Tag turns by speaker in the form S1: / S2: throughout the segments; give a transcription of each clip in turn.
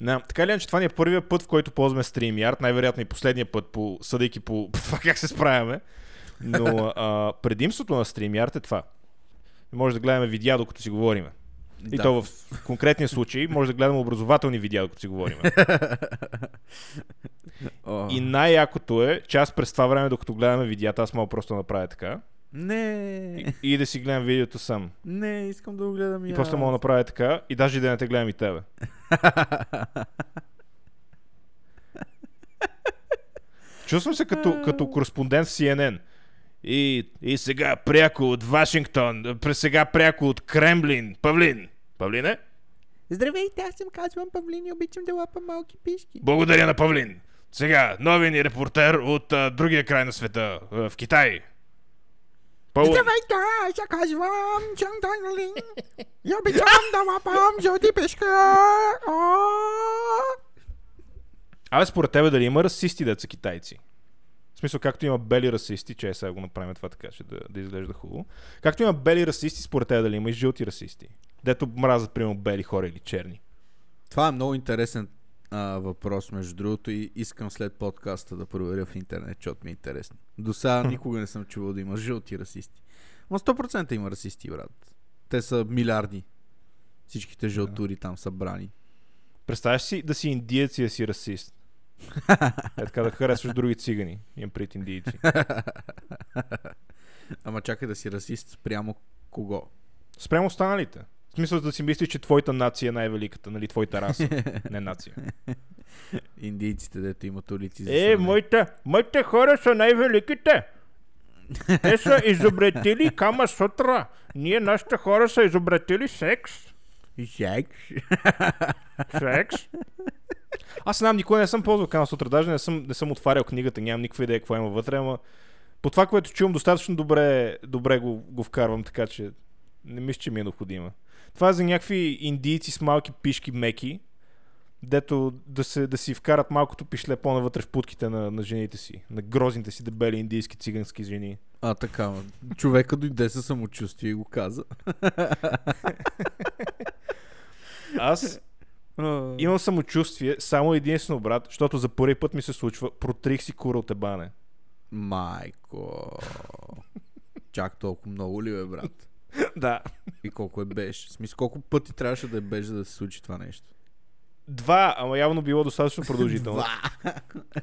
S1: Да, така ли е, че това ни е първият път, в който ползваме StreamYard, най-вероятно и последния път, по, съдейки по това как се справяме. Но а, предимството на StreamYard е това. Може да гледаме видеа, докато си говориме. И
S2: Да.
S1: то в конкретния случай може да гледаме образователни видеа, докато си говорим.
S2: О,
S1: И най-якото е, че аз през това време, докато гледаме видеята, аз мога просто да направя така.
S2: Не,
S1: И да си гледам видеото сам.
S2: не, искам да го гледам
S1: И
S2: аз.
S1: просто мога да направя така. И даже и да не те гледам и тебе. Чувствам се като, като кореспондент в CNN. И, и сега пряко от Вашингтон, през сега пряко от Кремлин. Павлин. Павлине?
S2: Здравейте, аз съм казвам Павлин и обичам да лапам малки пишки.
S1: Благодаря на Павлин. Сега, новия ни репортер от а, другия край на света, а, в Китай. Павлин.
S2: Здравейте, аз се казвам Чан Донлин и обичам да лапам жълти пишки. О!
S1: Абе, според тебе дали има расисти деца китайци? В смисъл, както има бели расисти, че е, сега го направим това така, че да, да изглежда хубаво. Както има бели расисти, според тебе дали има и жълти расисти? Дето мразят, примерно, бели хора или черни.
S2: Това е много интересен а, въпрос, между другото, и искам след подкаста да проверя в интернет, защото ми е интересно. До сега никога не съм чувал да има жълти расисти. Ма 100% има расисти, брат. Те са милиарди. Всичките жълтури там са брани.
S1: Представяш си да си индиец и да си расист. Е така да харесваш други цигани. Имам пред индийци.
S2: Ама чакай да си расист спрямо кого?
S1: Спрямо останалите. В смисъл да си мислиш, че твоята нация е най-великата, нали? Твоята раса, не нация.
S2: Индийците, дето имат улици.
S1: Е, моите, моите хора са най-великите. Те са изобретили кама сутра. Ние, нашите хора, са изобретили секс.
S2: Жек.
S1: Секс. Аз знам, никога не съм ползвал кама сутра. Даже не съм, не съм отварял книгата. Нямам никаква идея какво има вътре, ама по това, което чувам, достатъчно добре, добре го, го вкарвам, така че не мисля, че ми е необходима. Това е за някакви индийци с малки пишки меки, дето да, се, да си вкарат малкото пишле по-навътре в путките на, на жените си, на грозните си дебели индийски цигански жени.
S2: А, така. ма. Човека дойде със самочувствие и го каза.
S1: Аз имам самочувствие само единствено, брат, защото за първи път ми се случва, протрих си кура от ебане.
S2: Майко. Чак толкова много ли бе, брат?
S1: да.
S2: И колко е беше? В смисъл, колко пъти трябваше да е беше за да се случи това нещо?
S1: Два, ама явно било достатъчно продължително.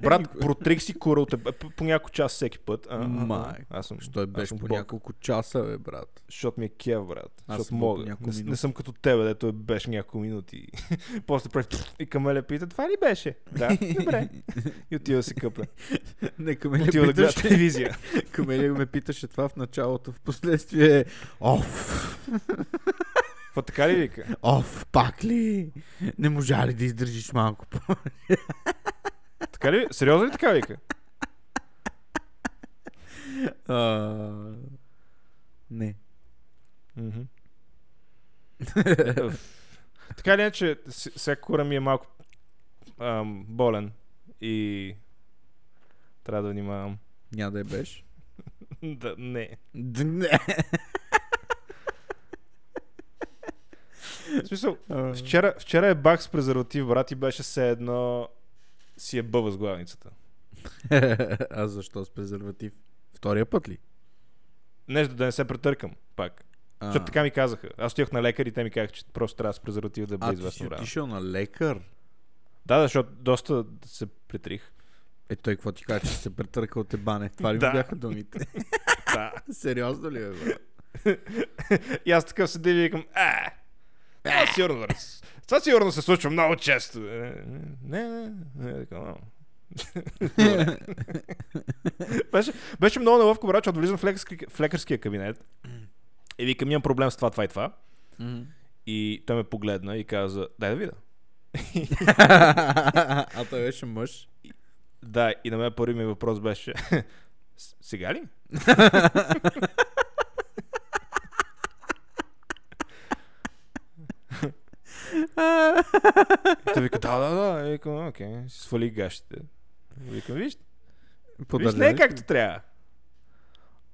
S1: Брат, протрих си кура от еб- по- по няколко час всеки път. А, а, а.
S2: Майко.
S1: Аз съм,
S2: Що е
S1: аз
S2: беше
S1: съм
S2: по
S1: бог.
S2: няколко часа, бе, брат?
S1: Защото ми е кев, брат.
S2: Аз
S1: Защото
S2: съм бил по
S1: мога.
S2: няколко
S1: Не, с- не,
S2: минути.
S1: съм като тебе, дето е беше няколко минути. После прави и камеля пита, това ли беше? Да, добре. И отива да се къпля.
S2: Не, Камелия
S1: Отива да гледа
S2: питаше,
S1: телевизия.
S2: Камелия ме питаше това в началото, в последствие Оф,
S1: Това така ли вика?
S2: оф, пак ли? Не можа ли да издържиш малко по...
S1: Така ли? Сериозно ли така вика?
S2: А... Не.
S1: Мгм.
S2: Е,
S1: така ли е, че с- сега кура ми е малко ам, болен и трябва да внимавам.
S2: Няма да е беше.
S1: Да, не.
S2: Д- не.
S1: В смисъл, вчера, вчера е бах с презерватив, брат, и беше все едно си е бъва с главницата.
S2: а защо с презерватив? Втория път ли?
S1: Нещо да не се претъркам, пак.
S2: А.
S1: Защото така ми казаха. Аз стоях на лекар и те ми казаха, че просто трябва с презерватив да бъде
S2: А, ти си
S1: известно време.
S2: отишъл на лекар?
S1: Да, да, защото доста се притрих.
S2: Е, той какво ти каза, че се претърка от ебане? Това ли
S1: Да.
S2: му бяха думите?
S1: Да.
S2: Сериозно ли е, бе?
S1: И аз такъв седя и викам, а, това сигурно, това сигурно се случва много често. Е, Не, не, не, не, така, Добре. беше, беше много неловко, брат, защото влизам в, лекарски, в лекарския кабинет и викам, имам проблем с това, това и това. И той ме погледна и каза, дай да видя.
S2: а той беше мъж.
S1: Да, и на мен първи ми въпрос беше, «С- сега ли? Той вика, да, да, да. И викам, окей, си свали гащите. Викам, виж, Виж, не е както трябва.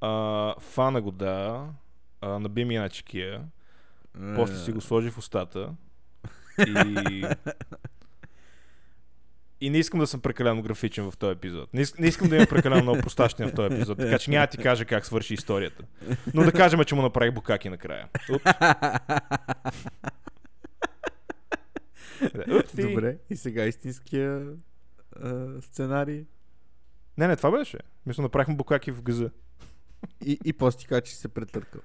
S1: А, фана го да, а, наби ми една
S2: е?
S1: чекия, после си го сложи в устата и И не искам да съм прекалено графичен в този епизод. Не, иск- не искам да имам прекалено много простащина в този епизод, така че няма да ти кажа как свърши историята. Но да кажем, че му направих букаки накрая. Уп. Да, упси.
S2: Добре, и сега истинския а, сценарий.
S1: Не, не, това беше. Мисля, направихме букаки в гъза.
S2: И, и после ти кажа, че си се претъркал.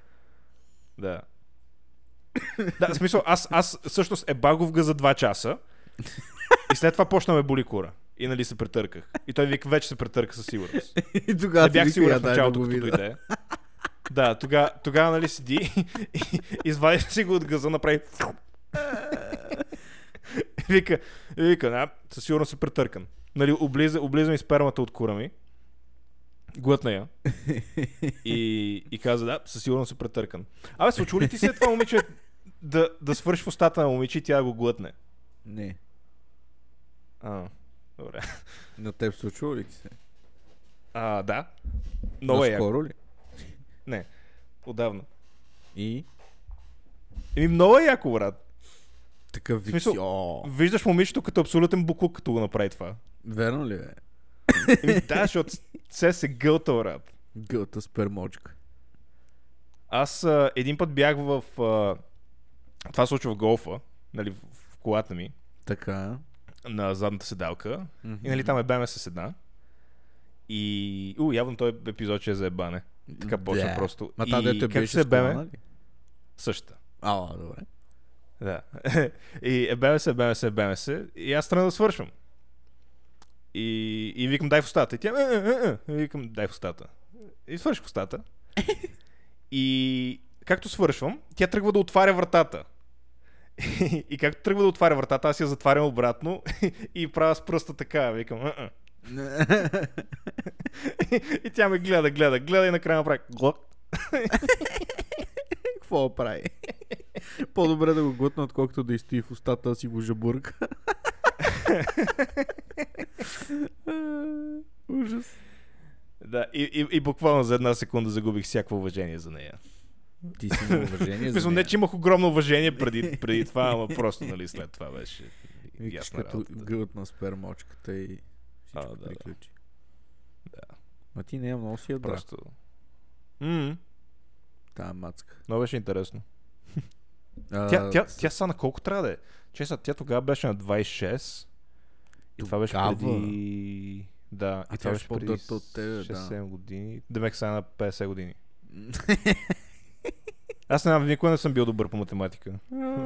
S1: Да. да, в смисъл, аз, аз всъщност е багов гъза 2 часа и след това почна ме боли кура. И нали се претърках. И той вика, вече се претърка със сигурност.
S2: И тогава
S1: не бях
S2: ти
S1: сигурен
S2: вика,
S1: в
S2: я дай да
S1: началото,
S2: го
S1: като
S2: видя.
S1: дойде. Да, тогава, тогава нали седи и извади си го от газа, направи и вика, и вика, да, със сигурност се претъркан. Нали, облиза, облиза ми спермата от кура ми, глътна я и, и каза, да, със сигурност се претъркан. Абе, случва ли ти се това момиче да, да свърши в устата на момиче и тя да го глътне?
S2: Не,
S1: А, добре.
S2: на теб случва ли ти се?
S1: А, да. Много е яко.
S2: Наскоро ли?
S1: Не, отдавна.
S2: И
S1: Еми, много е яко, брат.
S2: такъв вид
S1: смисъл-
S2: си, о,
S1: Виждаш момичето като абсолютен буклук, като го направи това.
S2: верно ли е?
S1: Еми, да, защото се се гълта, брат.
S2: Гълта спермочка.
S1: Аз а, един път бях в... А, това се случва в голфа, нали, в, в колата ми,
S2: Така.
S1: на задната седалка.
S2: Мгм.
S1: И нали там е беме с една. И... У, явно той епизод ще е за ебане. Така почна
S2: Да.
S1: просто.
S2: Ма тази
S1: И
S2: дето
S1: как
S2: беше
S1: се
S2: с колана
S1: беме?
S2: ли?
S1: Същата.
S2: А, добре.
S1: Да. И ебеме се, ебеме се, ебеме се. И аз трябва да свършвам. И, и викам, дай в устата. И тя, «Е, е, е, е». И викам, дай в устата. И свърших в устата. И както свършвам, тя тръгва да отваря вратата. И както тръгва да отваря вратата, аз я затварям обратно и правя с пръста така. Викам, «Е, е». и тя ме гледа, гледа, гледа и накрая направи глок.
S2: Какво прави? По-добре да го глътна, отколкото да изстои в устата да си го жабурка. Ужас.
S1: Да, и, и, и буквално за една секунда загубих всяко уважение за нея.
S2: Ти си на уважение
S1: Мисля, не, че имах огромно уважение преди, преди това, ама просто, нали, след това беше
S2: Викаш
S1: ясна
S2: като
S1: работата.
S2: гълтна спермочката и всичко
S1: А, да, да.
S2: приключи.
S1: Да.
S2: Ма ти не е много си ядра,
S1: Просто... Мм,
S2: тая мацка.
S1: много беше интересно.
S2: А,
S1: Тя, тя, тя са на колко трябва да е? Честно, тя тогава беше на 26. И това беше
S2: Тогава?
S1: преди... Да,
S2: А
S1: и това
S2: тя
S1: беше
S2: беше
S1: преди
S2: по-дъта от тебе, да.
S1: 6-7 години. Демек сега е на 50 години. Аз не знам, никога не съм бил добър по математика.
S2: А,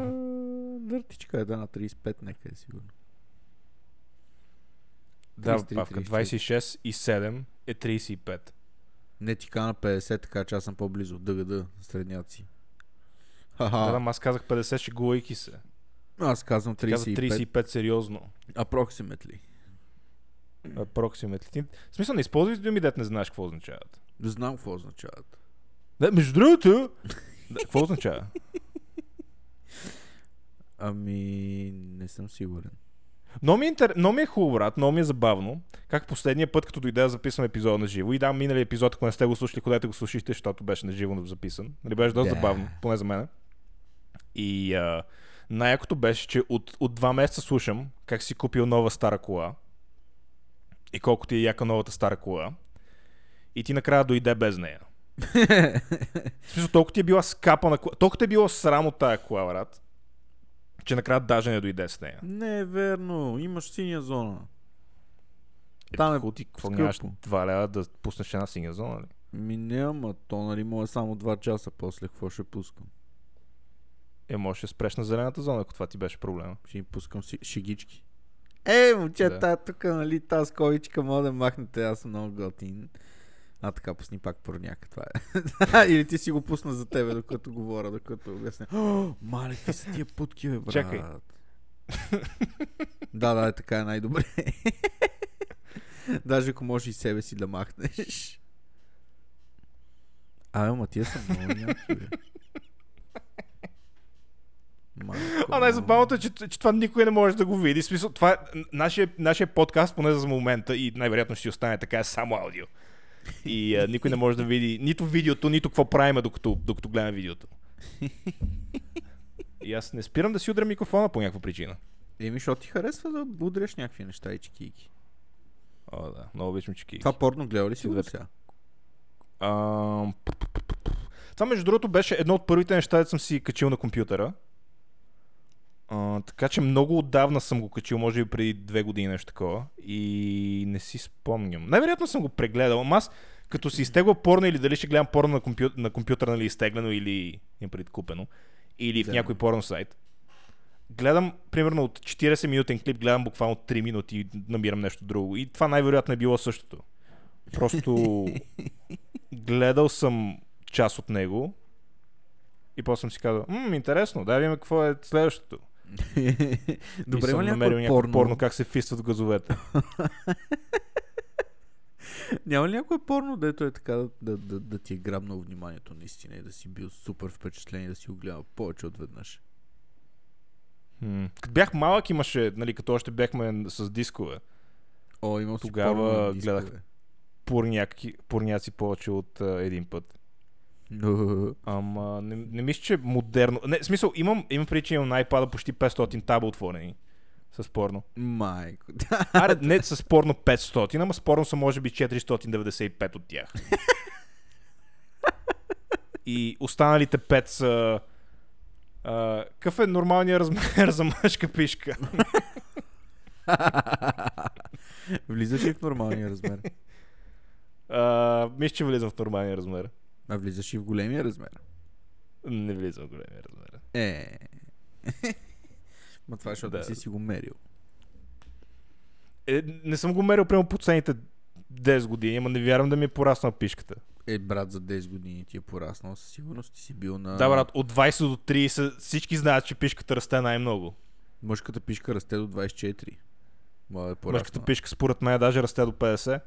S2: Дъртичка е да на 35 нека е сигурно.
S1: Да,
S2: 33,
S1: павка,
S2: 34.
S1: 26 и 7 е 35.
S2: Не ти кажа на 50, така че аз съм по-близо. ДГД, средният си.
S1: Да,
S2: Ха-ха.
S1: да, аз казах 50, шегувайки се.
S2: Аз казвам 35.
S1: Каза 35 сериозно.
S2: Approximately.
S1: Approximately. Ти- В смисъл, не използвай думи, дет не знаеш какво означават.
S2: Знам какво означават.
S1: Да, между другото... да, какво означава?
S2: Ами, не съм сигурен.
S1: Но ми, е интер... но ми е хубаво, брат, но ми е забавно. Как последния път, като дойде да записвам епизод на живо и да, миналия епизод, ако не сте го слушали, където го слушахте, защото беше на живо записан. Нали беше доста
S2: Да.
S1: забавно, поне за мен. И а, най-якото беше, че от, от два месеца слушам как си купил нова стара кола и колко ти е яка новата стара кола. И ти накрая дойде без нея. В смисъл, толкова ти е била скапа на кола, толкова ти е било срам от тая кола, брат, че накрая даже не дойде с нея.
S2: Не е верно. Имаш синя зона.
S1: Е,
S2: Там е
S1: хубаво ти, какво
S2: скъпо.
S1: нямаш 2 лева да пуснеш една синя зона, нали? ли?
S2: Ми няма, то нали му е само 2 часа после, какво ще пускам?
S1: Е, можеш да спреш на зелената зона, ако това ти беше проблема.
S2: Ще им пускам си, шигички. Е, момчета,
S1: Да.
S2: да. тук, нали, тази скоичка мога да махнете, аз съм много готин. А така, пусни пак порняка, това е. Или ти си го пусна за тебе, докато говоря, докато обясня. О, мале, какви са тия путки, бе, брат.
S1: Чакай.
S2: да, да, е така е най-добре. Даже ако можеш и себе си да махнеш. А, ама тия са много яки, бе. Майко
S1: А най-забавното е, че, че това никой не може да го види. В Смисъл, това е н- нашия, нашия подкаст, поне за момента, и най-вероятно ще си остане така, е само аудио. И а, никой не може да види нито видеото, нито какво правиме, докато, докато гледаме видеото. И аз не спирам да си удря микрофона по някаква причина.
S2: Еми, защото ти харесва да удреш някакви неща и чекийки.
S1: О, да. Много обичам чекики.
S2: Това порно гледа ли си
S1: Добре.
S2: го сега?
S1: Ам, п- п- п- п- п. Това, между другото, беше едно от първите неща, които съм си качил на компютъра. А, така че много отдавна съм го качил, може би преди две години нещо такова. И не си спомням. Най-вероятно съм го прегледал. Ама аз, като си изтегла порно или дали ще гледам порно на, компю... на компютър, нали, изтеглено или им преди купено, или в
S2: Да.
S1: някой порно сайт, гледам, примерно от 40 минутен клип, гледам буквално 3 минути и намирам нещо друго. И това най-вероятно е било същото. Просто гледал съм част от него и после съм си казал, мм, интересно, да видим какво е следващото.
S2: Добре,
S1: и
S2: има
S1: съм
S2: ли
S1: намерил някакво
S2: някакво порно?
S1: порно? как се фистват в газовете.
S2: Няма ли някое порно, дето е така да, да, да, да ти е грабнало вниманието наистина и да си бил супер впечатлен и да си го гледал повече от веднъж?
S1: М. Като бях малък имаше, нали, като още бяхме с дискове,
S2: О, имам си
S1: Тогава
S2: порно на дискове.
S1: гледах. порняки, порняци повече от а, един път.
S2: Но,
S1: Ама не, не мисля, че е модерно... Не, в смисъл, имам, имам преди, че имам на iPad почти 500 таба отворени с порно.
S2: майко.
S1: Аре, не с порно 500, ама спорно са може би 495 от тях. И останалите 5 са... А, какъв е нормалният размер за мъжка пишка?
S2: влизаш ли в нормалния размер?
S1: А, мисля, че влизам в нормалния размер.
S2: А влизаш и в големия размер?
S1: Не влизам в големия размер.
S2: Е. Ма това е, защото
S1: Да.
S2: не си си го мерил.
S1: Е, не съм го мерил прямо по цените 10 години, ама не вярвам да ми е пораснала пишката.
S2: Е, брат, за 10 години ти е пораснал, със сигурност ти си бил на...
S1: Да, брат, от 20 до 30 всички знаят, че пишката расте най-много.
S2: Мъжката пишка расте до 24. Моя е пораснала.
S1: Мъжката пишка според мен даже расте до 50.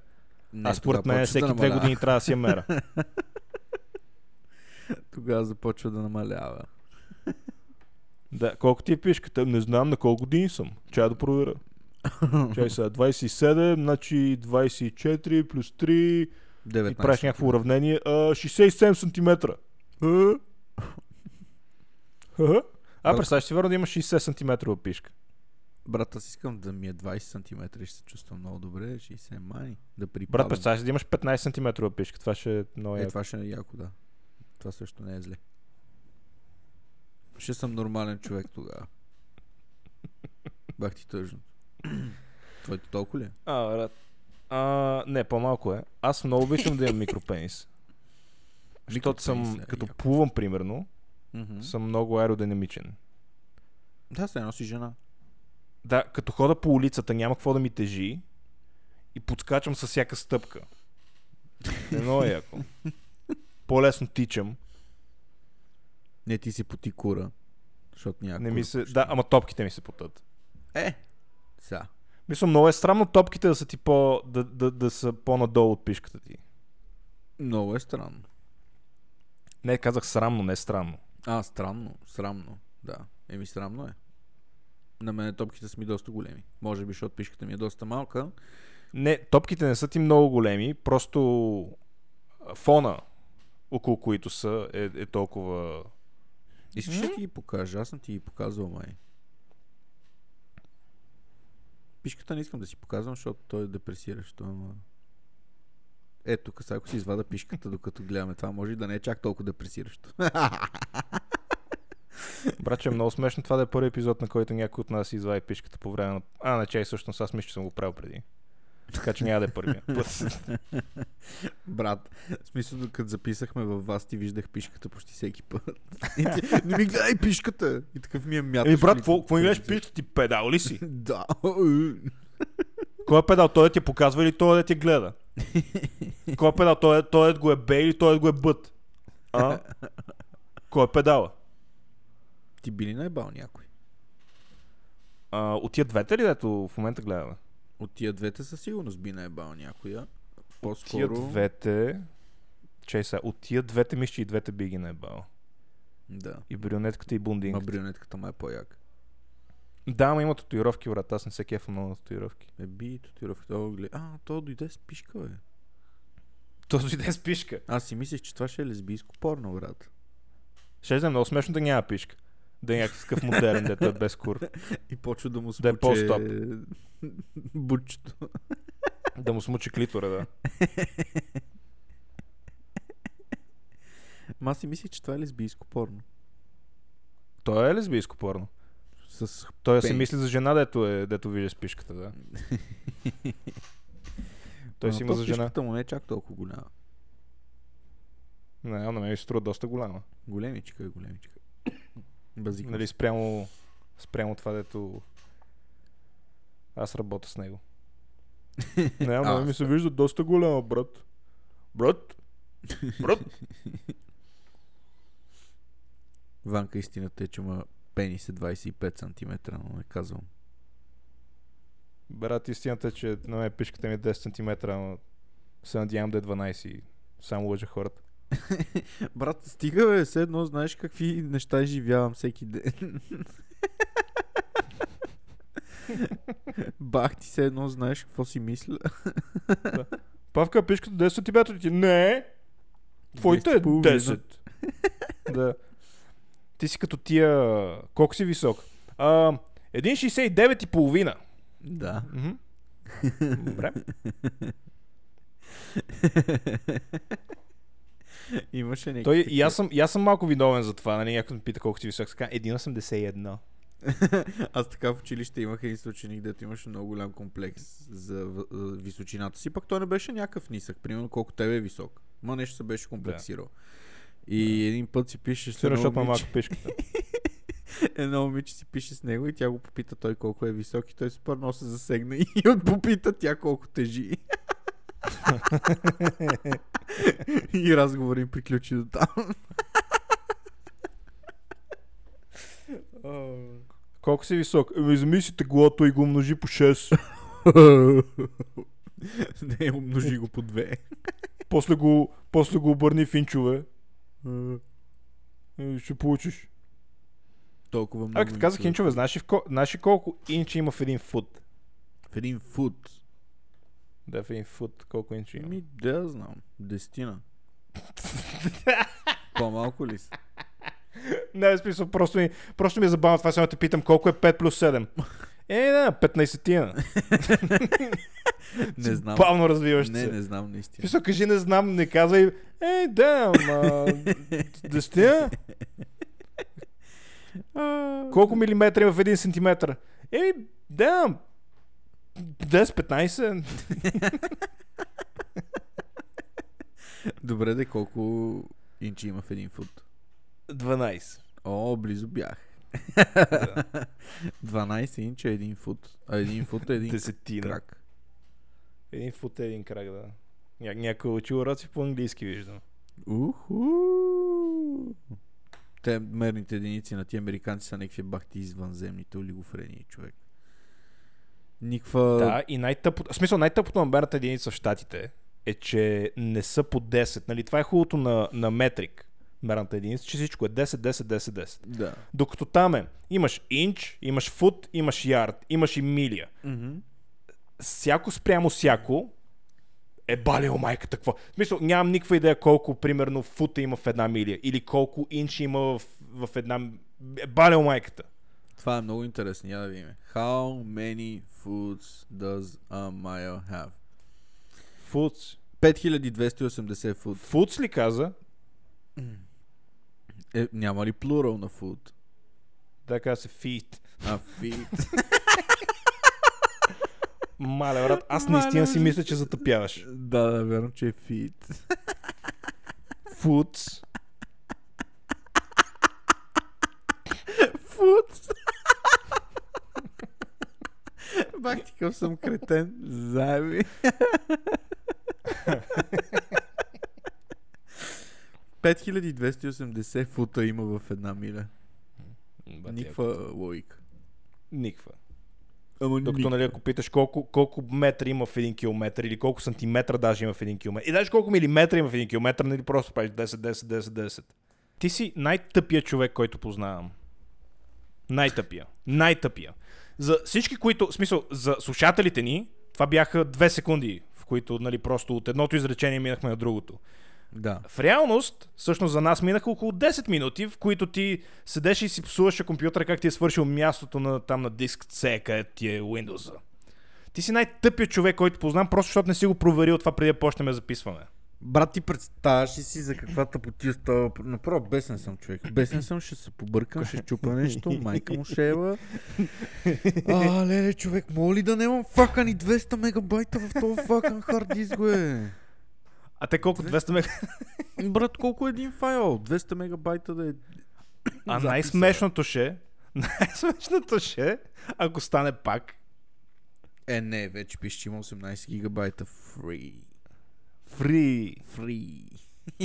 S2: Не,
S1: А според
S2: тогава
S1: мен
S2: почва
S1: всеки
S2: да
S1: две
S2: намалява.
S1: години трябва да си я мера.
S2: Тогава започва да намалява.
S1: Да, колко ти е пишката? Не знам на колко години съм. Чая да проверя. Чай сега, 27, значи 24 плюс 3
S2: 19.
S1: и правиш някакво уравнение. А, 67 см.
S2: Е?
S1: Е? А, представяш си, верно да имаш 60 см пишка.
S2: Брат, аз искам да ми е 20 см и ще се чувствам много добре. 60 мани. Да припадам.
S1: Брат, представяш си да имаш 15 см пишка. Това ще е много
S2: Е,
S1: яко.
S2: това ще е яко, да. Това също не е зле. Ще съм нормален човек тогава. Бах ти тъжно. Твоето толкова ли е?
S1: А, брат. А, не, по-малко е. Аз много обичам да имам микропенис. Защото съм,
S2: Микропенис е
S1: като
S2: яко.
S1: плувам, примерно,
S2: Мгм.
S1: съм много аеродинамичен.
S2: Да, се носи жена.
S1: Да, като хода по улицата, няма какво да ми тежи и подскачам с всяка стъпка. Е много яко. По-лесно тичам.
S2: Не, ти си поти кура. Защото няма
S1: Не
S2: кура
S1: ми се...
S2: почти.
S1: Да, ама топките ми се потът.
S2: Е, сега.
S1: Мисля, много е срамно топките да са ти по... да, да, да са по-надолу от пишката ти.
S2: Много е странно.
S1: Не, казах срамно, не срамно.
S2: А, странно, срамно, да. Еми, срамно е. На мен топките са ми доста големи. Може би, защото пишката ми е доста малка.
S1: Не, топките не са ти много големи, просто а, фона, около които са, е, е толкова...
S2: Искаш ли да ти ги покажа? Аз съм ти ги показвал, май. Пишката не искам да си показвам, защото той е депресиращо. Ама... Е, тук сега ако си извада пишката, докато гледаме това, може и да не е чак толкова депресиращо.
S1: Брат, че е много смешно това да е първи епизод, на който някой от нас извади пишката по време на... А, не, чай, всъщност аз мисля, че съм го правил преди. Така че няма да е първия път.
S2: Брат, в смисъл, като записахме във вас, ти виждах пишката почти всеки път. И ти, не ми гледай пишката! И такъв ми е мяташ.
S1: Ей, брат,
S2: ми-
S1: какво ми гледаш пишката ти? Педал ли си?
S2: Да.
S1: Кой е педал? Той да ти показва или той да ти гледа? Кой е педал? Той, той да го е бе или той да го е бът? А? Кой е педала?
S2: Ти би ли наебал някой?
S1: А, от тия двете ли, дето в момента гледаме?
S2: От тия двете със сигурност би наебал някоя.
S1: Тия
S2: По-скоро...
S1: двете... Чай сега, от тия двете мисля, че и двете би ги наебал.
S2: Да.
S1: И брюнетката и
S2: Ма
S1: бундинката.
S2: брюнетката ма е по-яка.
S1: Да, ама има татуировки, брат. Аз не се кефа много на татуировки.
S2: Е, би и татуировката. О, гле- А, то дойде с пишка, бе.
S1: Той дойде с пишка.
S2: Аз си мислех, че това ще е лесбийско порно, брат.
S1: Ще да е много смешно да няма пишка. да е някакъв такъв модерен, дето е без кур.
S2: И почва да му
S1: Да е
S2: смуче...
S1: по-стоп.
S2: Бучето.
S1: Да му смучи клитора, да.
S2: Ма аз си мислих, че това е лесбийско порно.
S1: Той е лесбийско порно.
S2: С...
S1: Той си
S2: Пенис.
S1: мисли за жена, дето, е, дето вижда спишката, да. Той
S2: Ама
S1: си
S2: то
S1: има за жена.
S2: пишката му не е чак толкова голяма.
S1: Не, а на мен ми се струва доста голяма.
S2: Големичка е големичка. Базика.
S1: Нали, спрямо, спрямо това, дето аз работя с него. Не,
S2: А,
S1: ама ми се вижда доста голяма, брат. Брат? Брат?
S2: Ванка истината е, че ма пенис е 25 см, но не казвам.
S1: Брат, истината е, че на мен пишката ми е 10 см, но се надявам да е 12 и само лъжа хората.
S2: Е, Брат, стига бе, все едно знаеш какви неща изживявам всеки ден. Бах ти се едно знаеш какво си мисля.
S1: Павка, пишката 10 см ли ти? Не! Твоите е
S2: 10,5.
S1: 10. да. Ти си като тия... Колко си висок? А, 1,69 и половина.
S2: Да.
S1: Мгм. Добре.
S2: Имаше някакви.
S1: Той, и, аз съм, и аз съм малко виновен за това, нали? Някой ме пита колко си висок. Сега 1,81.
S2: Аз така в училище имах един съученик, дето имаше много голям комплекс за в- за височината си, пък той не беше някакъв нисък, примерно колко тебе е висок. Ма нещо се беше комплексирал. И един път си пише с
S1: Сигурно,
S2: едно
S1: защото ме малко
S2: момиче,
S1: пишката.
S2: едно момиче си пише с него и тя го попита той колко е висок и той супер много се засегна и от попита тя колко тежи. и разговор им приключи до там.
S1: Колко си висок? Еми, замисли теглото и го умножи по 6.
S2: не, умножи го по две.
S1: после, го, после го обърни в инчове. Е, Ще получиш.
S2: Толкова много.
S1: А, като казах
S2: инчове.
S1: инчове, знаеш ли, в ко... знаеш ли колко инчи има в един фут?
S2: В един фут.
S1: Да, в един фут, колко инчи има?
S2: Ми, Ами, да я знам. Дестина. По-малко ли са?
S1: Не, в смисъл, просто ми, просто ми е забавно това, само те питам колко е 5 плюс 7. Е, да, 15-тина.
S2: Не знам.
S1: Бавно развиваш
S2: Не,
S1: се. Не,
S2: не знам наистина.
S1: Писал, кажи не знам, не казвай. Е, да, ама... Десетина? Колко милиметра има в един сантиметър? Е, да, 10-15.
S2: Добре, де колко инчи има в един фут?
S1: 12.
S2: О, близо бях. 12 инча е един фут, а един фут е един
S1: Десетина.
S2: крак.
S1: Един фут е един крак, да. Ня- някой е учил уроци по английски, виждам.
S2: Уху! Те мерните единици на тия американци са някакви бахти извънземните олигофрени, човек. Никва...
S1: Да, и най-тъпото, в смисъл най-тъпото на мерната единица в Штатите е, че не са по 10. Нали? Това е хубавото на, на метрик, мерната единица, че всичко е 10, 10, 10, 10.
S2: да.
S1: Докато там е, имаш инч, имаш фут, имаш ярд, имаш и милия.
S2: Mm-hmm.
S1: Всяко спрямо всяко е бале, о майката, какво? В смисъл, нямам никаква идея колко, примерно, фута има в една милия или колко инч има в, в една... е, Бале, о майката.
S2: Това е много интересно, я да видим. How many foods does a mile have?
S1: Футс.
S2: 5280 food.
S1: Футс ли каза?
S2: Е, няма ли плурал на food?
S1: Да, каза се фит.
S2: А feet.
S1: Мале, брат, аз наистина си мисля, че затъпяваш.
S2: да, да, вярно, че е feet.
S1: Футс.
S2: Food. Бах ти какъв съм кретен. Заеби. 5280 фута има в една миля.
S1: е
S2: Никаква логика.
S1: Никва.
S2: Ама
S1: Докато, нали, ако питаш колко, колко метра има в един километър или колко сантиметра даже има в един километър. И даже колко милиметра има в един километър, нали просто правиш 10, 10, 10, 10. Ти си най-тъпия човек, който познавам. Най-тъпия. Най-тъпия. За всички, които, в смисъл, за слушателите ни, това бяха две секунди, в които, нали, просто от едното изречение минахме на другото.
S2: Да.
S1: В реалност, всъщност за нас минаха около 10 минути, в които ти седеше и си псуваше компютъра как ти е свършил мястото на, там на диск C, където ти е Windows. Ти си най-тъпият човек, който познам, просто защото не си го проверил това преди да почнем да записваме.
S2: Брат, ти представяш ли си за каква тъпотия става? въпрос? Направо бесен съм човек. Бесен съм, ще се побъркам, ще чупа нещо, майка му ще ева. А, леле, човек, моля ли да нямам факани 200 мегабайта в този факан хард диск, бе?
S1: А те колко 200 мега?
S2: Брат, колко е един файл? 200 мегабайта да е...
S1: А
S2: записа.
S1: най-смешното ще, най-смешното ще, ако стане пак,
S2: Е, не, вече пише, че има 18 гигабайта free.
S1: фри.
S2: Free.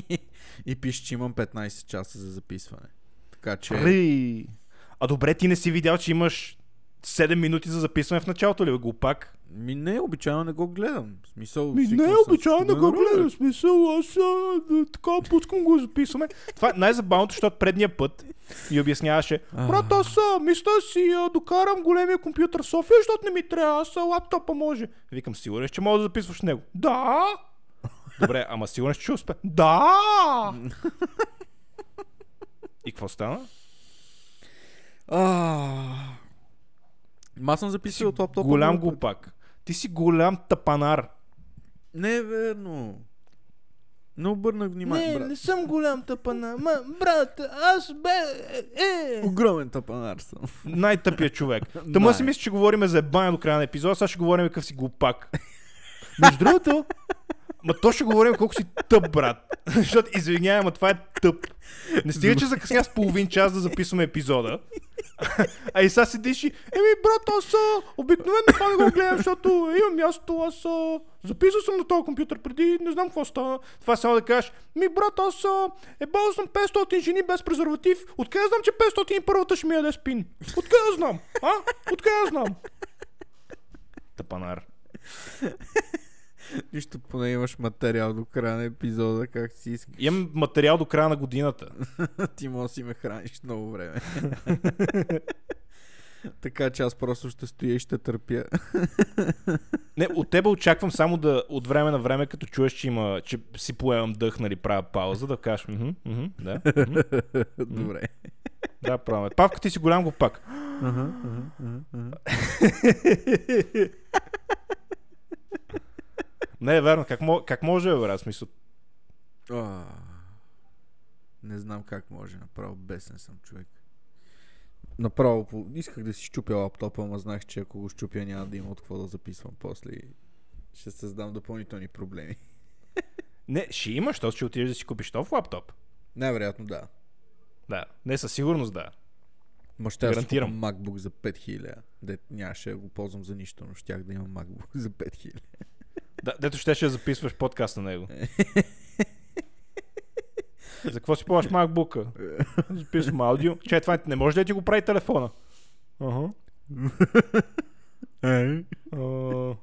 S2: И пише, че имам 15 часа за записване. Така че...
S1: Фри. А добре, ти не си видял, че имаш 7 минути за записване в началото ли, бе, глупак?
S2: Ми не, е обичайно не го гледам. В Смисъл,
S1: Ми
S2: свикнал
S1: не, е
S2: съм с
S1: обичайно го
S2: спомена, бе.
S1: гледам, в смисъл, аз а, да, така пускам го и записваме. Това е най-забавното, защото предния път и обясняваше, брат, аз а, мисля си а, докарам големия компютър в София, защото не ми трябва, аз а, лаптопа може. Викам, сигурен, ли, че мога да записваш в него. Да. Добре, ама сигурен, ли, че ще успе. Да. И какво стана?
S2: А... Ма аз съм записал от лаптопа.
S1: голям
S2: много пъти.
S1: глупак. Ти си голям тапанар.
S2: Не е верно. Не обърнах внимание, брат.
S1: съм голям тапанар. Ма, брат, аз бе... Е.
S2: Огромен тапанар съм.
S1: Най-тъпия човек. Тъма си
S2: Най.
S1: мисля, че говорим за ебаня до края на епизода, сега ще говорим какъв си глупак. Между другото, ма то ще говорим колко си тъп, брат. Защото, извинявай, ма това е тъп. Не стига, че закъсня с половин час да записваме епизода. А и сега седиш и, еми, брат, аз а, обикновено това не го гледам, защото имам място, аз а, записал съм на този компютър преди, не знам какво стана. Това е само да кажеш, ми, брат, аз а, ебал съм 500 жени без презерватив, откъде знам, че 501-та ще ми яде спин? Откъде знам? А? Откъде знам? Тапанар.
S2: Нищо, поне имаш материал до края на епизода, как си искаш.
S1: Имам материал до края на годината.
S2: Ти може да си ме храниш много време. така че аз просто ще стоя и ще търпя.
S1: Не, от тебе очаквам само да от време на време, като чуеш, че, има, че си поемам дъх, нали, правя пауза, да кажеш, мхм, мхм, да, мхм,
S2: Добре.
S1: да, правяме. Павка, ти си голям го пак. Не е верно, как, мо- как може, бе, брат, смисъл.
S2: А, Не знам как може, направо бесен съм човек. Направо по... исках да си щупя лаптопа, ама знаех, че ако го щупя няма да има от какво да записвам после. и Ще създам допълнителни проблеми.
S1: Не, ще имаш, защото ще отидеш да си купиш нов лаптоп.
S2: Най-вероятно да.
S1: Да, не, със сигурност да.
S2: Ма ще аз си купя
S1: Гарантирам.
S2: MacBook за 5000. Де нямаше да го ползвам за нищо, но щях да имам MacBook за 5000.
S1: да дето ще ще записваш подкаст на него. За какво си плаш макбука? Записвам аудио. Че, това не може да ти го прави телефона. Ага. А, Ей?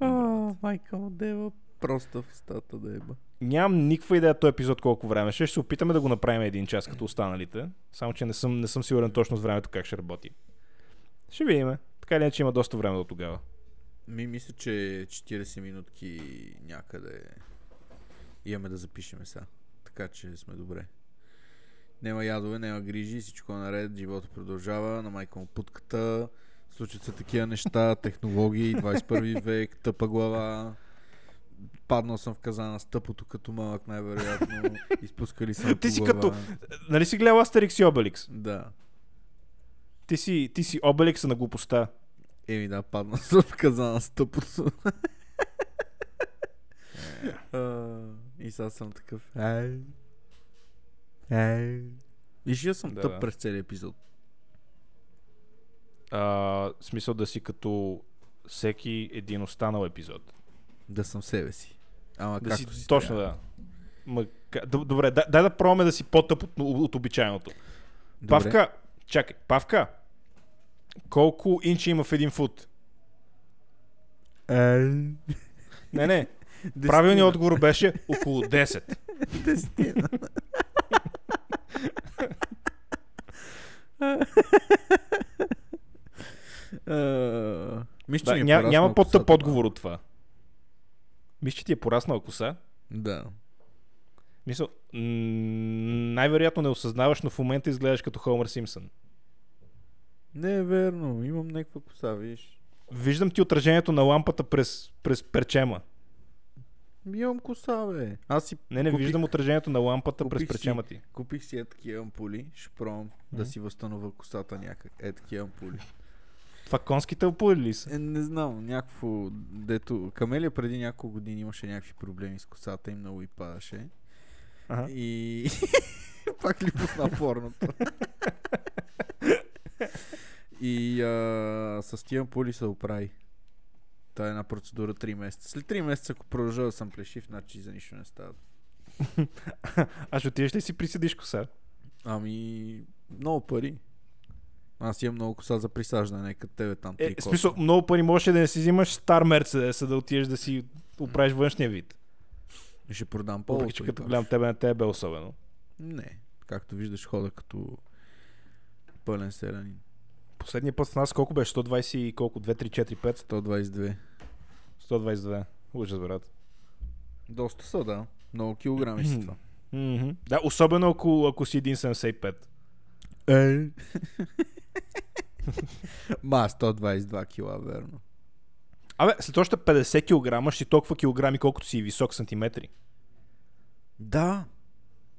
S2: О, майка му дева. Просто в стата да еба.
S1: Нямам никаква идея този епизод колко време ще. Ще се опитаме да го направим един час като останалите. Само, че не съм, не съм сигурен точно с времето как ще работи. Ще видим. Така или иначе има доста време до тогава.
S2: Ми мисля, че 40 минутки някъде имаме да запишеме сега. Така че сме добре. Нема ядове, няма грижи, всичко е наред, живота продължава, на майка му путката, случват се такива неща, технологии, 21 век, тъпа глава, паднал съм в казана с тъпото като малък най-вероятно, изпускали съм
S1: Ти
S2: по
S1: си
S2: глава.
S1: като- Нали си гледал Астерикс и Обеликс?
S2: Да.
S1: Ти си, ти си Обеликса на глупостта.
S2: Еми да, падна съм в казана с тъпото. А, И сега съм такъв. Е. Ай. Ай. И ще съм
S1: Да,
S2: тъп
S1: да.
S2: през целия епизод.
S1: А, в смисъл да си като всеки един останал епизод.
S2: Да съм себе си. Ама
S1: Да
S2: както
S1: си,
S2: си
S1: точно
S2: трябва.
S1: да. Ма, ка- д- добре, дай, дай да пробваме да си по-тъп от, от обичайното.
S2: Добре.
S1: Павка, чакай, Павка, колко инчи има в един фут?
S2: Ай.
S1: Не, не,
S2: Десетина.
S1: правилният отговор беше около 10.
S2: Десетина. А, Мисля, че
S1: Да,
S2: ми е
S1: ня,
S2: пораснал
S1: няма по-тъп
S2: е косата,
S1: отговор от това. Мисля, че ти е пораснала коса.
S2: Да.
S1: Мисля, м- най-вероятно не осъзнаваш, но в момента изглеждаш като Холмър Симпсън.
S2: Не е верно. Имам някаква коса, виж.
S1: Виждам ти отражението на лампата през, през перчема.
S2: Имам коса, бе. Аз си
S1: Не, не
S2: Купих-
S1: виждам отражението на лампата през
S2: купих си.
S1: перчема ти.
S2: купих си е такива ампули. Ще пробвам да
S1: Мгм.
S2: си възстановя косата някак. Е такива ампули.
S1: Това конски тълпо ли са?
S2: Е, не знам, някакво... Дето... Камелия преди няколко години имаше някакви проблеми с косата и много и падаше.
S1: Ага.
S2: И пак ли пусна порното. и а, с тия ампули се оправи. Та е една процедура 3 месеца. След 3 месеца, ако продължа да съм плешив, значи за нищо не става.
S1: А ще отидеш ли си присъдиш коса?
S2: Ами, много пари. Аз имам много коса за присаждане, като тебе там три
S1: Е, в смисъл, много пари можеше да не си взимаш стар Мерцедес, за да отидеш да си оправиш външния вид.
S2: коса. Ще продам по
S1: Въпреки, че като гледам тебе на тебе бе особено.
S2: Не, както виждаш хода като пълен селянин.
S1: Последния път в нас колко беше? 120 и колко? 2, 3, 4, 5?
S2: 122.
S1: 122. Ужас, брат.
S2: Доста са, да. Много килограми са това.
S1: Мгм. Да, особено ако, ако си 1,75.
S2: Е. Ма, 122 кила, верно.
S1: Абе, след още 50 кг ще си толкова килограми, колкото си и висок сантиметри.
S2: Да.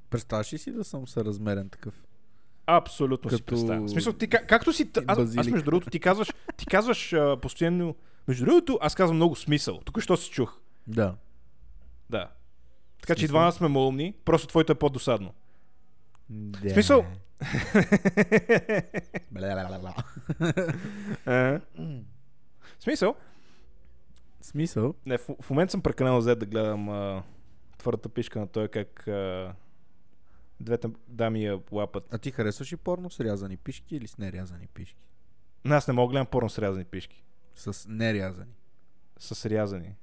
S2: Представяш ли си да съм съразмерен такъв?
S1: Абсолютно си
S2: Като-
S1: представям. В смисъл, ти, как- както си... Аз, аз
S2: Базилик.
S1: между другото, ти казваш, ти казваш а, постоянно... Между другото, аз казвам много смисъл. Тук що се чух.
S2: Да.
S1: Да. Така че и
S2: Смисъл?
S1: двамата сме молни, просто твоето е по-досадно.
S2: да.
S1: В смисъл...
S2: Бля-бля-бля-бля.
S1: Е. В смисъл,
S2: Смисъл?
S1: не, в, в момента съм прекалено зает да гледам а, твърдата пишка на той как а, двете дами я лапат.
S2: А ти харесваш ли порно с рязани пишки или с нерязани пишки?
S1: Не, Аз не мога да гледам порно с рязани пишки.
S2: С нерязани.
S1: С рязани.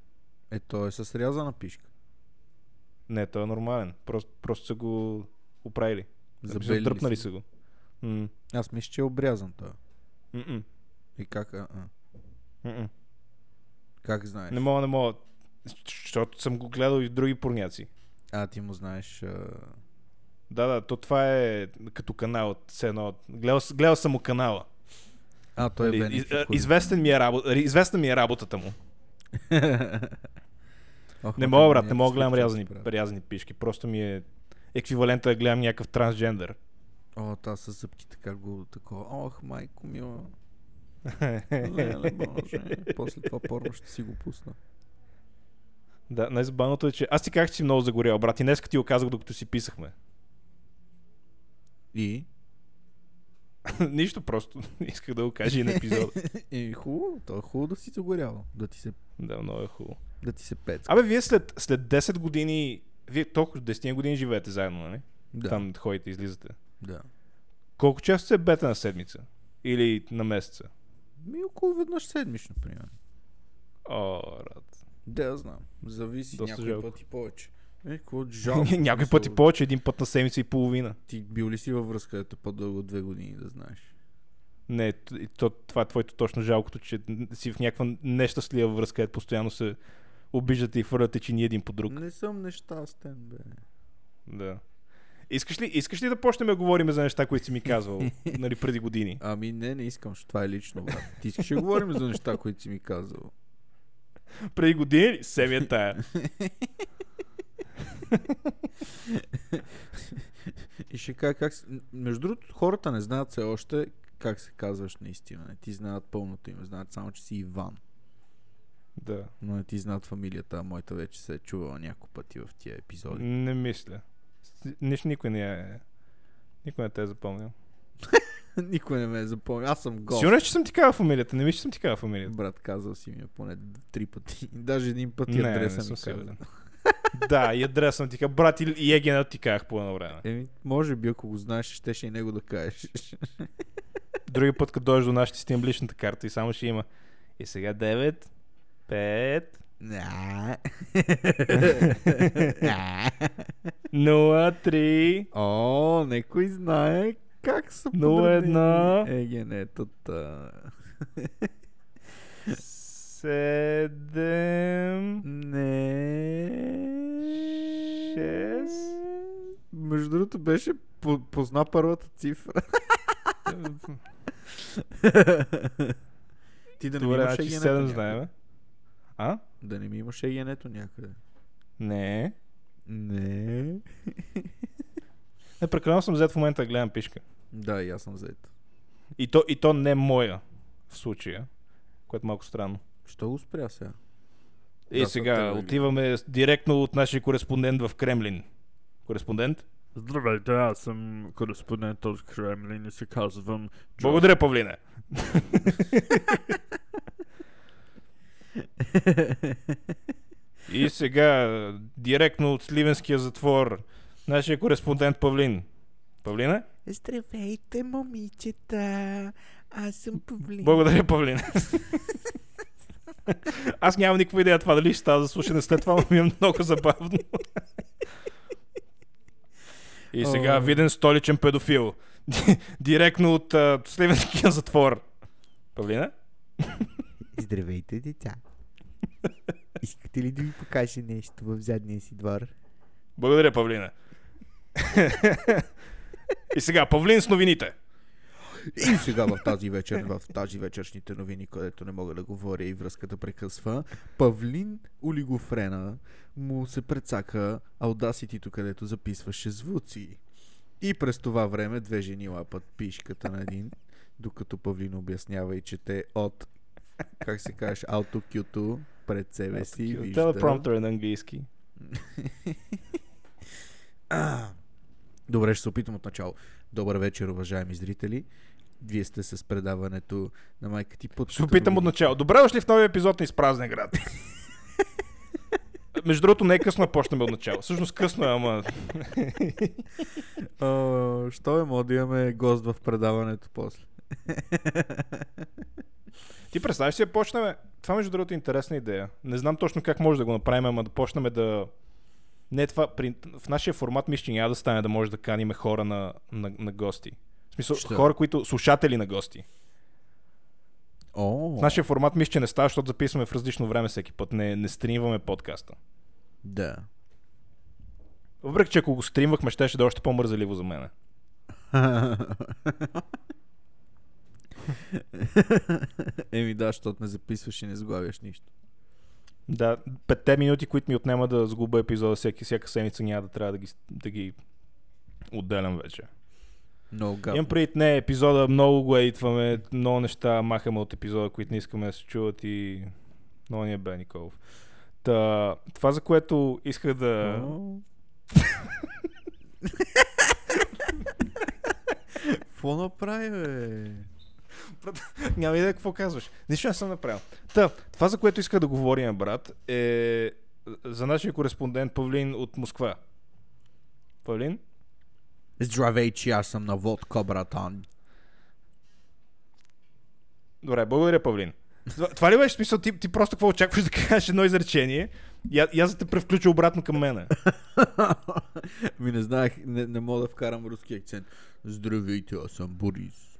S2: Е, то е с рязана пишка.
S1: Не, той е нормален. Просто, просто са го оправили.
S2: Забелили
S1: Забели дръпнали
S2: си.
S1: са го. М,
S2: Аз мисля, че е обрязан той.
S1: м-м,
S2: И как? А, а.
S1: м-м.
S2: Как знаеш?
S1: Не мога, не мога. Защото съм го гледал и в други порняци.
S2: А, ти му знаеш. А...
S1: Да, да, то това е като канал. от Все едно. Гледал, с- гледал съм му канала.
S2: А, той е
S1: Нали,
S2: Вени.
S1: из- а, известен, ми е работа, известен ми е работата му. Не мога, брат, не мога да гледам рязани, рязани пишки. Просто ми е еквивалента да гледам някакъв трансджендър.
S2: О, та с зъбки така го такова. Ох, майко мила. Леле, боже. После това порно ще си го пусна.
S1: Да, най-забавното е, че аз ти казах, че си много загорял, брат. И днес ти го казах, докато си писахме.
S2: И?
S1: Нищо просто. Исках да го кажа и на епизода.
S2: И хубаво. То е хубаво да си загорява. Да ти се,
S1: да, много е хубаво.
S2: да ти се пецка.
S1: Абе, вие след, след 10 години, вие толкова 10 години живеете заедно, нали?
S2: Да,
S1: Там ходите, излизате.
S2: да.
S1: Колко често се бете на седмица? Или на месеца?
S2: Ми около веднъж седмично, примерно.
S1: О, рад.
S2: Да, я знам. Зависи
S1: Доста
S2: някой
S1: жалко.
S2: път и повече. Е, какво жалко.
S1: Някой
S2: смисъл,
S1: път и повече, един път на седмица и половина.
S2: Ти бил ли си във връзка, ето по-дълго от две години, да знаеш?
S1: Не, т- и то, това е твоето точно жалкото, че н- си в някаква нещастлива връзка, където постоянно се обиждате и фърляте, че ни един по друг.
S2: Не съм нещастен, бе.
S1: Да. Искаш ли, искаш ли да почнем да говорим за неща, които си ми казвал нали, преди години?
S2: Ами не, не искам, защото това е лично, брат. Ти искаш да говорим за неща, които си ми казал.
S1: Преди години ли? Семи е тая.
S2: И ще кажа как... с- Между другото, хората не знаят все още как се казваш наистина. Не ти знаят пълното име. Знаят само, че си Иван.
S1: Да.
S2: Но не ти знаят фамилията. а Моята вече се е чувала няколко пъти в тия епизоди.
S1: Не мисля. С- Нищо никой не е. Никой не те е запомнил.
S2: Никой не ме е запомнил. Аз съм гост.
S1: Сигурен, е, че съм ти казал фамилията. Не мисля, че съм ти казал фамилията.
S2: Брат, казал си ми я поне д- три пъти. Даже един път и
S1: Не, не
S2: адреса
S1: съм
S2: ми каза.
S1: сигурен. да, и адреса съм ти казал. Брат и- и егена ти казах по едно време.
S2: Еми, може би, ако го знаеш, щеше и него да кажеш.
S1: Други път, като дойдеш до нас, ще стигнем личната карта и само ще има. И сега 9, 5,
S2: Не.
S1: 0, 3.
S2: О, некой знае как са
S1: Но една.
S2: подредени Е, Егенетата.
S1: Седем...
S2: Не. между другото, беше по- позна първата цифра. Ти да не ми
S1: Добре,
S2: имаш
S1: значи
S2: егенето
S1: 7
S2: някъде.
S1: знаем. А?
S2: Да не ми имаш егенето някъде.
S1: Не.
S2: Не.
S1: Не, прекалено съм взет в момента да гледам пишка.
S2: Да, и аз съм заед.
S1: И то, и то не е моя в случая, което е малко странно.
S2: Що го спря сега?
S1: И
S2: Да,
S1: сега
S2: това е.
S1: отиваме с- директно от нашия кореспондент в Кремлин. Кореспондент?
S3: Здравейте, аз съм кореспондент от Кремлин и се казвам Джо.
S1: Благодаря, Павлина. И сега директно от Сливенския затвор нашия кореспондент Павлин. Павлина?
S2: Здравейте, момичета! Аз съм Павлин.
S1: Благодаря, Павлин. Аз нямам никаква идея това дали ще става за слушане след това, но ми е много забавно. И сега
S2: О.
S1: виден столичен педофил. Директно от а, Сливенския затвор. Павлина?
S4: Здравейте, деца. Искате ли да ви покажа нещо в задния си двор?
S1: Благодаря, Павлина. И сега, Павлин с новините.
S2: И сега в тази вечер, в тази вечершните новини, където не мога да говоря и връзката прекъсва, Павлин Олигофрена му се прецака Audacity, където записваше звуци. И през това време две жени лапат пишката на един, докато Павлин обяснява и чете от, как се казваш, AutoCue пред себе Е, си. и вижда-
S1: Телепромптер е на английски.
S2: Добре, ще се опитам от начало. Добър вечер, уважаеми зрители. Вие сте с предаването на майка ти под.
S1: Ще опитам от начало. Добре дошли в новия епизод на Изпразнен град. Между другото, не е късно да почнем от начало. Всъщност късно е, ама...
S2: О, що е, мога да имаме гост в предаването после.
S1: Ти представяш си да почнем... Това, между другото, е интересна идея. Не знам точно как може да го направим, ама да почнем да... Не това, при... в нашия формат мисля, че няма да стане да може да каниме хора на, на, на гости. В смисъл,
S2: Що?
S1: хора, които... слушатели на гости.
S2: О,
S1: В нашия формат мисля, че не става, защото записваме в различно време всеки път. Не, не стримваме подкаста.
S2: да.
S1: Въпреки, че ако го стримвахме, щеше да е още по-мързаливо за мене.
S2: Еми да, защото не записваш и не сглавяш нищо.
S1: Да, петте минути, които ми отнема да сгуба епизода всеки, всяка седмица, няма да трябва да ги, да ги отделям вече.
S2: Много гадно.
S1: Имам предвид, не, епизода много го едитваме, много неща махаме от епизода, които не искаме да се чуват и много ни е бе, Николов. Та, това, за което исках да...
S2: О. Какво направи, бе?
S1: Няма идея какво казваш. Нищо не съм направил. Та, това, за което исках да говорим, брат, е за нашия кореспондент Павлин от Москва. Павлин?
S2: Здравей, че аз съм на водка, братан.
S1: Добре, благодаря, Павлин. Това, това ли беше смисъл? Ти, ти просто какво очакваш да кажеш едно изречение? И а- и аз да те превключа обратно към мене.
S2: Ми Ами не знаех, не, не мога да вкарам руски акцент. Здравейте, аз съм Борис.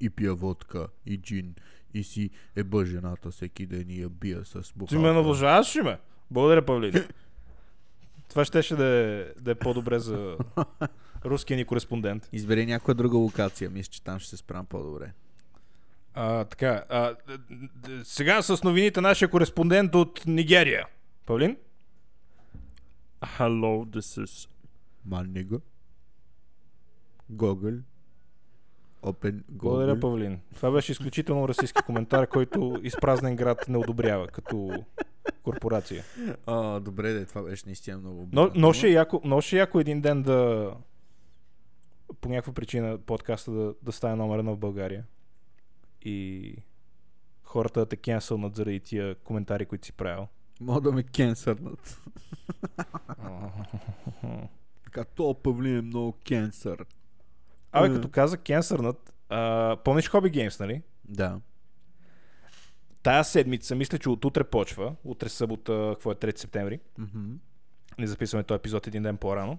S2: И пия водка, и джин, и си еба жената всеки ден и я бия с
S1: Ти ме е
S2: бухалка.
S1: наблажаваш ли ме? Благодаря, Павлин. Това щеше да е, да е по-добре за руския ни кореспондент.
S2: Избери някоя друга локация, мисля, че там ще се справям по-добре.
S1: А, така, а, д- д- д- сега с новините нашия кореспондент от Нигерия. Павлин?
S3: Hello, this is...
S2: Маннига. Гогъл. Опен
S1: Благодаря,
S2: Гогъл.
S1: Павлин. Това беше изключително расистски коментар, който изпразнен град не одобрява като корпорация.
S2: А, добре, да, това беше наистина много
S1: Но,
S2: обидна
S1: но,
S2: дума.
S1: ще е яко, но ще е яко един ден да по някаква причина подкаста да, да стане номер едно в България и хората да те кенсълнат заради тия коментари, които си правил.
S2: Мога да ме кенсърнат. Така, то павлин е много кенсър.
S1: Абе,
S2: Мгм.
S1: като каза кенсърнат, а, помниш Hobby Games, нали?
S2: Да.
S1: Тая седмица, мисля, че от утре почва, утре събота, какво е 3 септември,
S2: Мгм.
S1: не записваме този епизод един ден по-рано.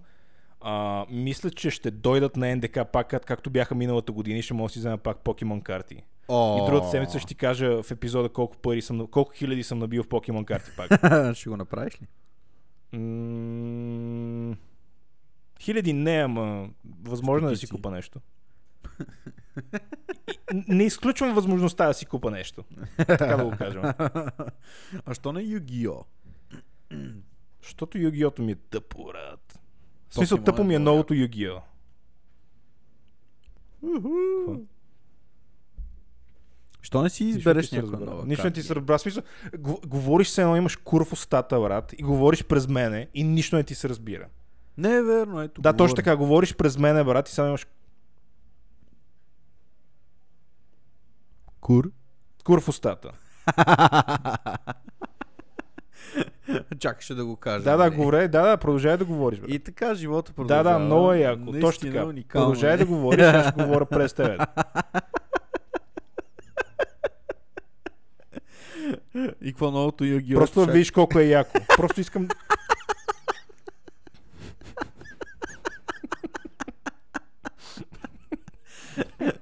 S1: А, мисля, че ще дойдат на НДК пак, как- както бяха миналата година и ще мога да си взема пак покемон карти.
S2: О,
S1: И другата седмица ще ти кажа в епизода колко пари съм, колко хиляди съм набил в покемон карти пак.
S2: ще го направиш ли?
S1: М, Хиляди не, ама възможно е да си
S2: Стотици.
S1: купа нещо. Н- Не изключвам възможността да си купа нещо. Така да го кажем.
S2: а що не Югио?
S1: Защото Югиото ми е тъпо, брат. В смисъл,
S2: Покемон
S1: тъпо ми е
S2: по-яко.
S1: новото Югио.
S2: Що не си избереш някаква нова?
S1: Нищо не ти
S2: карта?
S1: се разбра. В Смисъл, гу- говориш се едно, имаш кур в устата, брат, и говориш през мене, и нищо не ти се разбира.
S2: Не е верно, ето.
S1: Да, точно
S2: говоря.
S1: така, говориш през мене, брат, и само имаш
S2: Кур.
S1: кур в устата.
S2: Чакаше да го кажа.
S1: Да, да,
S2: Не.
S1: говори, да, да, продължавай да говориш, брат.
S2: И така живота
S1: Да,
S2: продължава.
S1: да, много е яко.
S2: Наистина
S1: Точно така.
S2: уникално
S1: Продължавай
S2: е.
S1: да говориш, аз ще говоря през теб.
S2: И какво новото Югио?
S1: Просто да
S2: Чак-
S1: видиш колко е яко. Просто искам...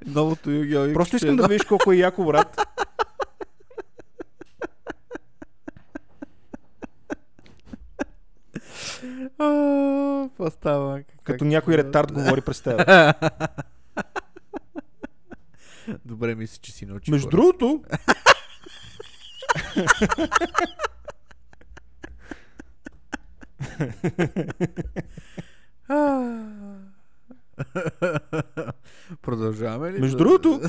S2: Новото Югио.
S1: Просто искам да видиш колко е яко, брат.
S2: Какво става? Как-
S1: Като някой ретард говори през теб.
S2: Добре, мисля, че си научи.
S1: Между
S2: хора.
S1: другото...
S2: Продължаваме ли?
S1: Между
S2: да-
S1: другото...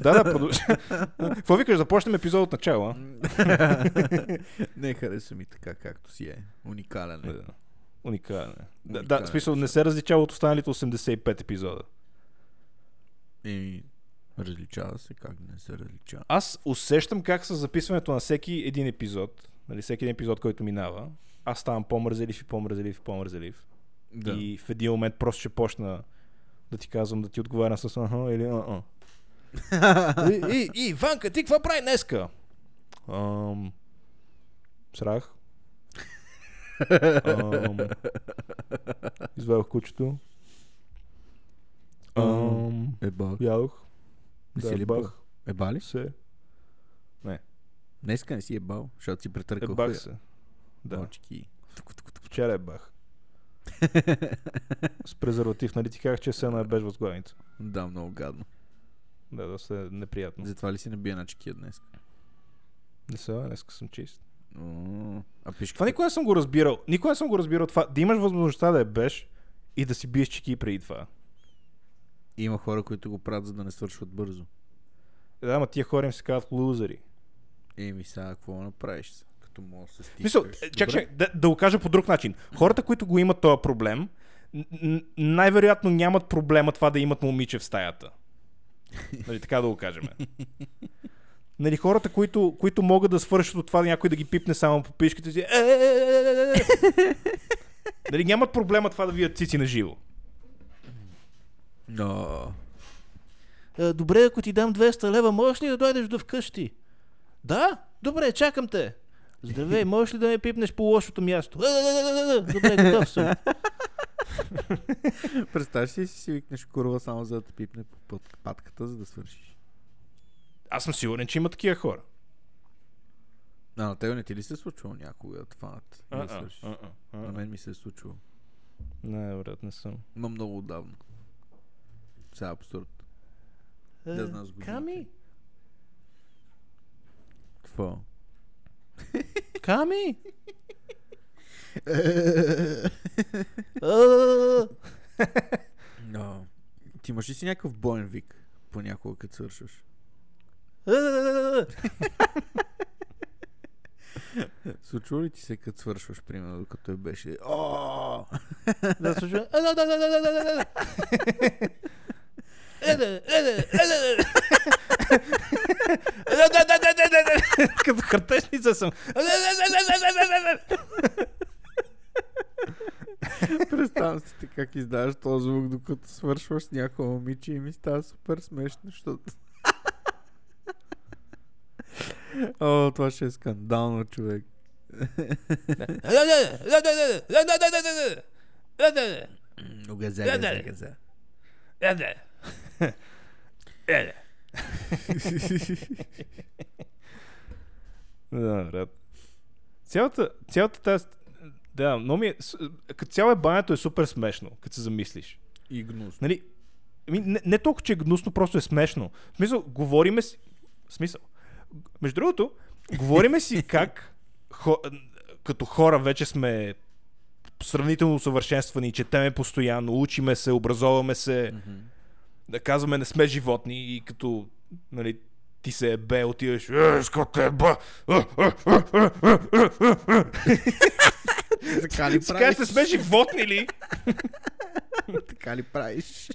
S1: Да, да, продължа. Какво викаш, започнем епизод от начало, а?
S2: не хареса ми така, както си е. Уникален е.
S1: Уникален. е. Да, да,
S2: Уникален
S1: в смисъл не се различава от останалите 85 епизода. Е.
S2: И различава се, как не се различава.
S1: Аз усещам как с записването на всеки един епизод, нали, всеки един епизод, който минава, аз ставам по-мързелив и по-мързелив и по-мързелив. Да. И в един момент просто ще почна да ти казвам, да ти отговарям с аха или а а. и, и, и, Иванка, ти какво прави днеска? Ам, срах. Ам, извадох кучето. Ам,
S2: Еба.
S1: ядох.
S2: Не си
S1: Да,
S2: е ли е
S1: бах
S2: бал? Еба ли?
S1: се.
S2: Днеска не си ебал, защото си претъркал
S1: Ебах Е, се.
S2: Да.
S1: Да.
S2: Очки.
S1: Вчера е бах. С презерватив, нали ти казах, че се на беж в главница.
S2: Да, много гадно.
S1: Да, доста е неприятно.
S2: Затова ли си набия на чекия днес?
S1: Не се, днес съм чист.
S2: М, А пиш
S1: Това никога не съм го разбирал. Никога не съм го разбирал това. Да имаш възможността да е беш и да си биеш чеки преди това.
S2: Има хора, които го правят, за да не свършват бързо.
S1: Да, ама тия хора им се казват лузери.
S2: Еми сега, какво направиш? сега, Като мога да се стискаш.
S1: Мисъл, е, чак, чак, да, да го кажа по друг начин. Хората, които го имат този проблем, н- н- най-вероятно нямат проблема това да имат момиче в стаята. Нали, така да го кажем. Нали, хората, които, които могат да свършат от това някой да ги пипне само по пишките си. е, е, е, е, е, е. Нали, нямат проблема това да вият цици на живо.
S2: Но...
S1: Добре, ако ти дам 200 лева, можеш ли да дойдеш до вкъщи? Да, добре, чакам те. Здравей, можеш ли да ме пипнеш по лошото място? Добре, готов съм.
S2: Представяш си, си викнеш курва само за да те пипне по път, патката, за да свършиш.
S1: Аз съм сигурен, че има такива хора.
S2: А на тебе не ти ли се е случвало някога да те фанат? и да
S1: А, а,
S2: свършиш?
S1: а, а, а.
S2: На мен ми се е случвало.
S1: Не, брат, не съм.
S2: Ма много отдавна. Сега е абсурд. Да знам с годините.
S1: Ками?
S2: Какво?
S1: Ками?
S2: Но... Ти имаш ли си някакъв боен вик понякога, като свършваш? Случва ли ти се, като свършваш, примерно, докато е беше... О!
S1: Да слушам. Еде, еде, еде. Като хартешница съм. Е,
S2: Представям си те как издаваш този звук, докато свършваш с някакво момиче и ми става супер смешно, защото... О, това ще е скандално, човек.
S1: Е,
S2: Угазе,
S1: угазе,
S2: угазе.
S1: Е, Да, брат. Цялата, цялата тази Да, но ми е, с- като цяло е бането е супер смешно, като се замислиш.
S2: И гнусно.
S1: Нали, ами, не, не толкова, че е гнусно, просто е смешно. В смисъл, говориме си... В смисъл. Между другото, говориме си как хо... като хора вече сме сравнително усъвършенствани, четеме постоянно, учиме се, образоваме се, да казваме не сме животни и като нали, ти се ебе, отиваш е, ско те еба! а, а, а, а, а, а, а, а».
S2: така ли
S1: Си кажеш, не сме животни ли?
S2: така ли правиш?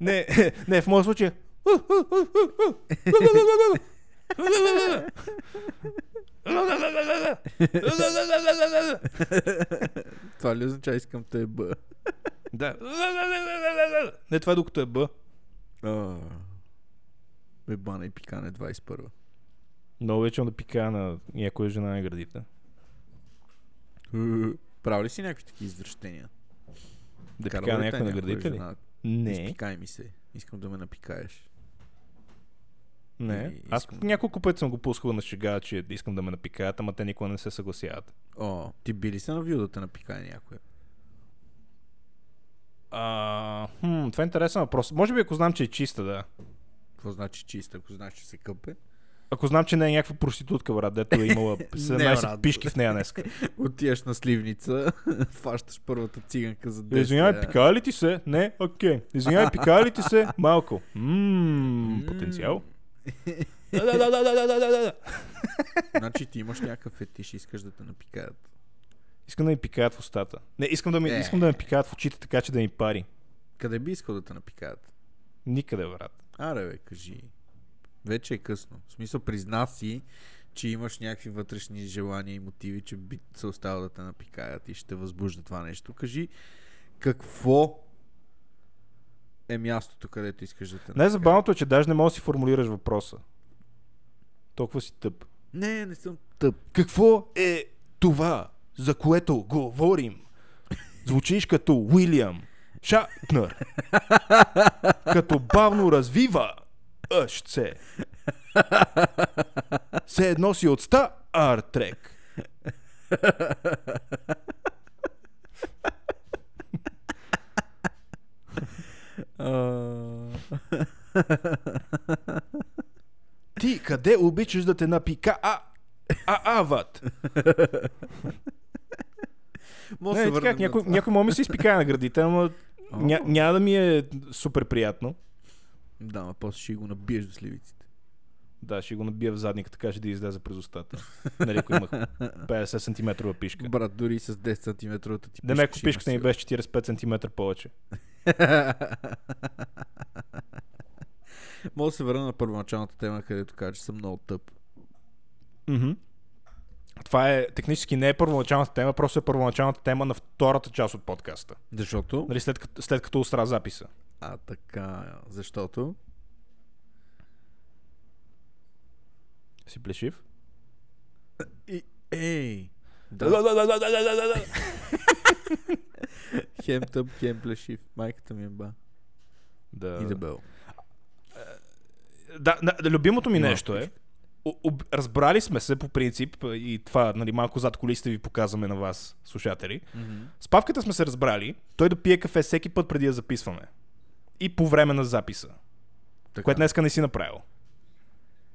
S1: Не, не, в моят случай. е,
S2: Това ли означава искам те е бъ?
S1: Да. Не, това е докато е Б.
S2: А, Бе, бана и пикане 21.
S1: Много обичам да пика на някоя жена на градите.
S2: Прави ли си някакви такива извращения?
S1: Да
S2: Карал
S1: пика
S2: ли те
S1: Е, някой на
S2: е някоя
S1: градите ли?
S2: жена?
S1: Не,
S2: Изпикай ми се. Искам да ме напикаеш.
S1: не.
S2: И-
S1: Аз
S2: искам-
S1: няколко пъти съм го пускал на шега, че искам да ме напикаят, ама те никога не се съгласяват.
S2: О, ти би ли се навил да те напикае някоя?
S1: А, хм, това е интересен въпрос. Може би ако знам, че е чиста, да.
S2: Какво значи чиста, ако знаеш, че се къпе?
S1: Ако знам, че не е някаква проститутка, брат, дето е имала 17
S2: брат.
S1: пишки в нея днес.
S2: Отиваш на сливница, фащаш първата циганка за 10.
S1: Е, Извинявай, пикава ли ти се? Не, окей. Извинявай, пикава ли ти се? Малко. Ммм, потенциал. Да, да, да, да, да, да, да, да.
S2: Значи ти имаш някакъв фетиш и искаш да те напикаят.
S1: Искам да ми пикаят в устата. Не, искам да, ми,
S2: Е.
S1: искам да ми пикаят в очите, така че да ми пари.
S2: Къде би искал да те напикаят?
S1: Никъде, брат.
S2: Аре, бе, кажи. Вече е късно. В смисъл, призна си, че имаш някакви вътрешни желания и мотиви, че би се остава да те напикаят и ще те възбужда това нещо. Кажи, какво е мястото, където искаш да те напикаят?
S1: Най-забавното е, че даже не можеш да си формулираш въпроса. Толкова си тъп.
S2: Не, не съм тъп.
S1: Какво е това, за което говорим? Звучиш като Уилям Шатнър. като бавно развива ъщце. Се едно си от Стар Трек. Ти къде обичаш да те напика? А, а, ават.
S2: Може
S1: Не, е
S2: да се
S1: така,
S2: върнем
S1: някой,
S2: на това.
S1: някой може ми се изпикае на градите, ама
S2: О.
S1: ня, няма да ми е супер приятно.
S2: Да, ма после ще го набиеш до сливиците.
S1: Да, ще го набия в задника, така ще да излезе през устата. Нали, ако имах 50 см пишка.
S2: Брат, дори с 10 см ти
S1: Да ме
S2: пишеш, че
S1: пишката ми
S2: имаш
S1: беше 45 см повече.
S2: Мога да се върна на първоначалната тема, където кажа, че съм много тъп.
S1: Мгм. Това е технически не е първоначалната тема, просто е първоначалната тема на втората част от подкаста.
S2: Защото?
S1: Нали, след, като, след като устра записа.
S2: А, така. Защото?
S1: Си плешив?
S2: И, ей!
S1: Да, да, да, да, да, да, да, да.
S2: хем тъп, хем плешив. Майката ми е ба.
S1: да.
S2: И дебел.
S1: Да, да, да, любимото ми
S2: Има
S1: нещо е. о- Об, разбрали сме се по принцип и това нали, малко зад колисите ви показваме на вас, слушатели. С Павката сме се разбрали, той да пие кафе всеки път преди да записваме. И по време на записа,
S2: Така.
S1: което днеска не си направил.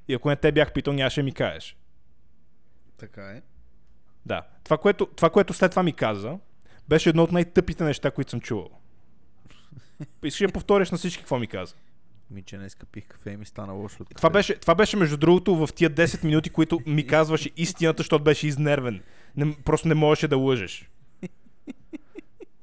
S1: И ако не те бях питал, нямаше да ми кажеш.
S2: Така е.
S1: Да. Това което, това, което след това ми каза, беше едно от най-тъпите неща, които съм чувал. Искаш да повториш на всички какво ми каза.
S2: Ми, че днес пих кафе и ми стана лошо. от
S1: Това
S2: кафето.
S1: беше, това беше между другото в тия 10 минути, които ми казваше истината, защото беше изнервен. Не, просто не можеше да лъжеш.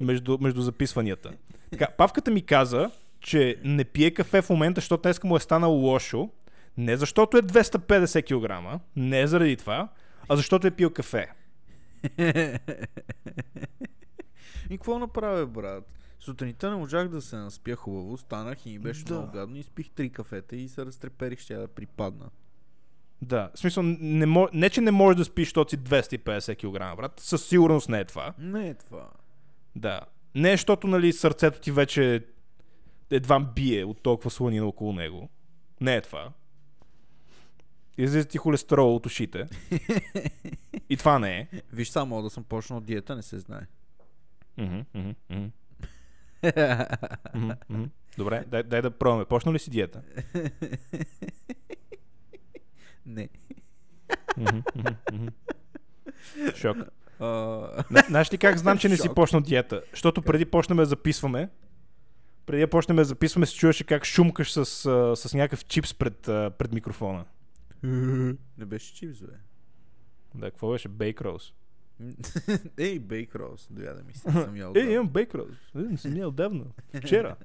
S1: Между, между записванията. Така, Павката ми каза, че не пие кафе в момента, защото днес му е станало лошо. Не защото е 250 кг, не е заради това, а защото е пил кафе.
S2: И какво направя, брат? Сутринта не можах да се наспя хубаво, станах и ми беше
S1: Да.
S2: много гадно и спих три кафета и се разтреперих, ще я да припадна.
S1: Да, в смисъл, не, мож, не че не можеш да спиш, защото си 250 кг, брат. Със сигурност не е това.
S2: Не е това.
S1: Да. Не, защото нали, сърцето ти вече едва бие от толкова сланина около него. Не е това. Излиза ти холестерол от ушите. И това не е.
S2: Виж само мога да съм почнал диета, не се знае.
S1: Мгм, мгм, мгм. Мгм, мгм. Добре, дай, дай да пробваме. Почна ли си диета?
S2: не.
S1: Мгм, мгм, мгм. Шок.
S2: А,
S1: Зна- Знаеш ли как знам, че не си
S2: Шок.
S1: почнал диета? Защото преди почнем да записваме, преди да почнем да записваме, се чуваше как шумкаш с, а, с някакъв чипс пред, а, пред микрофона.
S2: не беше чипс, бе.
S1: Да, какво беше? Бейк роуз.
S2: Ей, бейк роуз, доя да ми се съм ял.
S1: Е, имам бейк роуз. Е, Не съм ял давно. Вчера.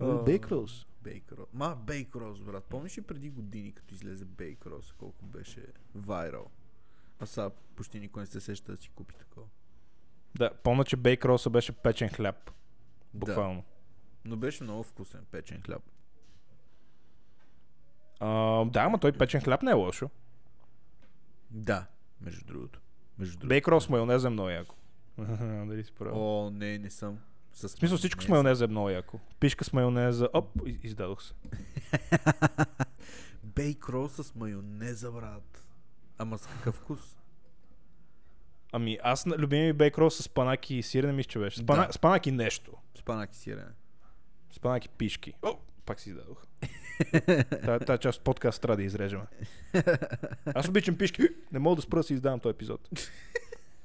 S2: О.
S1: Бейк роуз.
S2: Бейк роуз. Ма, бейк роуз, брат. Помниш ли преди години, като излезе бейк роуз, колко беше вайрал? А сега почти никой не се сеща да си купи такова.
S1: Да, помня, че бейк роуса беше печен хляб. Буквално.
S2: Но беше много вкусен печен хляб.
S1: А, да, ама той печен хляб не е лошо.
S2: Да, между другото. Между другото.
S1: Бейк роуз с майонеза е много яко. Дали си прав?
S2: О, не, не съм. С
S1: В смисъл всичко с майонеза е много яко. Пишка с майонеза, оп, и- издадох се.
S2: Бейк роуз с майонеза, брат. Ама с какъв вкус?
S1: Ами аз на- любимия ми бейк роуз с панаки и сирене мисля, че беше. Спана...
S2: Да.
S1: Спанаки нещо.
S2: Спанак и сирене.
S1: Спанаки пишки. О, пак си издадох. Та, та част от подкаст трябва да изрежеме. Аз обичам пишки. Не мога да спра да си издавам този епизод.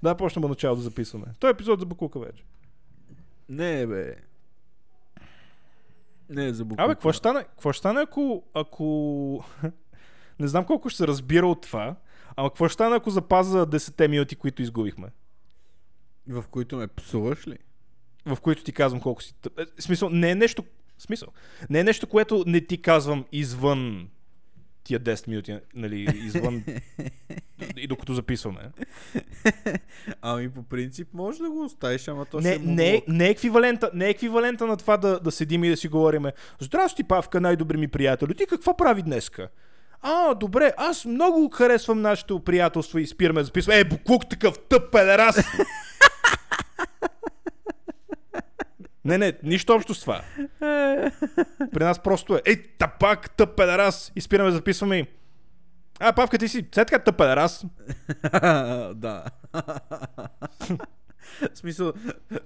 S1: Да, почнем от начало да записваме. Той е епизод за Бакука вече.
S2: Не, бе. Не е за буква.
S1: Абе, какво ще стане, какво ще стане ако, ако... Не знам колко ще се разбира от това, ама какво ще стане, ако запаза 10 минути, които изгубихме?
S2: В които ме псуваш ли?
S1: в които ти казвам колко си. тъп. Е, в Смисъл, не е нещо. в Смисъл. Не е нещо, което не ти казвам извън тия 10 минути, нали, извън и докато записваме.
S2: Ами по принцип може да го оставиш, ама то ще
S1: Не,
S2: е
S1: не, е-
S2: монолог.
S1: не, е еквивалента, не е еквивалента на това да, да седим и да си говориме Здрасти, Павка, най-добри ми приятели, ти какво прави днеска? А, добре, аз много харесвам нашето приятелство и спираме да записваме. Е, Буклук, такъв тъп педерас! не, не, нищо общо с това. При нас просто е, ей, тапак, тъп педерас! И спираме да записваме и... А, Павка, ти си сетка тъп педерас!
S2: да. В смисъл,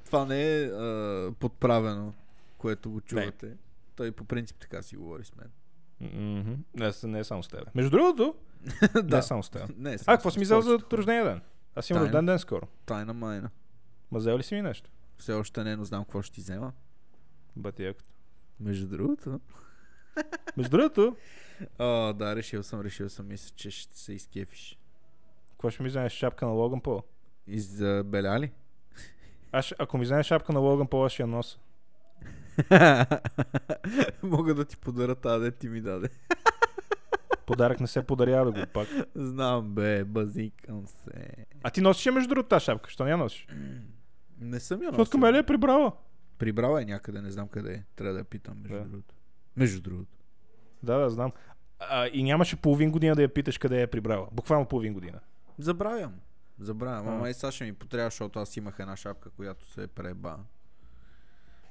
S2: това не е а, подправено, което го чувате. Той по принцип така си говори с мен.
S1: Мгм. Не, не е само с теб. Между другото, не е
S2: да.
S1: само с теб.
S2: Не, съм
S1: А, какво
S2: с
S1: си ми взел за
S2: повечето хора.
S1: рождения ден? Аз имам
S2: Тайна.
S1: рожден ден скоро.
S2: Тайна майна.
S1: Ма взел ли си ми нещо?
S2: Все още не, но знам какво ще ти взема.
S1: Бати якото.
S2: Между другото.
S1: Между другото,
S2: О, да, решил съм, решил съм. Мисля, че ще се изкефиш.
S1: какво ще ми вземеш шапка на Логан Пол?
S2: Избеляли?
S1: Аз, ще- ако ми вземеш шапка на Логан Пол, аз ще я носа.
S2: Мога да ти подаря тази, де ти ми даде.
S1: Подарък не се подарява, бе, го пак.
S2: Знам, бе, базикам се.
S1: А ти носиш я между другото тази шапка, що не я носиш?
S2: Не съм я
S1: Защото към Елия е прибрала.
S2: Прибрала е някъде, не знам къде е. Трябва да я питам, между
S1: Да.
S2: другото. Между другото.
S1: Да, да, знам. А, и нямаше половин година да я питаш къде я е прибрала. Буквално половин година.
S2: Забравям. Забравям.
S1: А.
S2: Ама и сега ще ми потрябва, защото аз имах една шапка, която се е преба.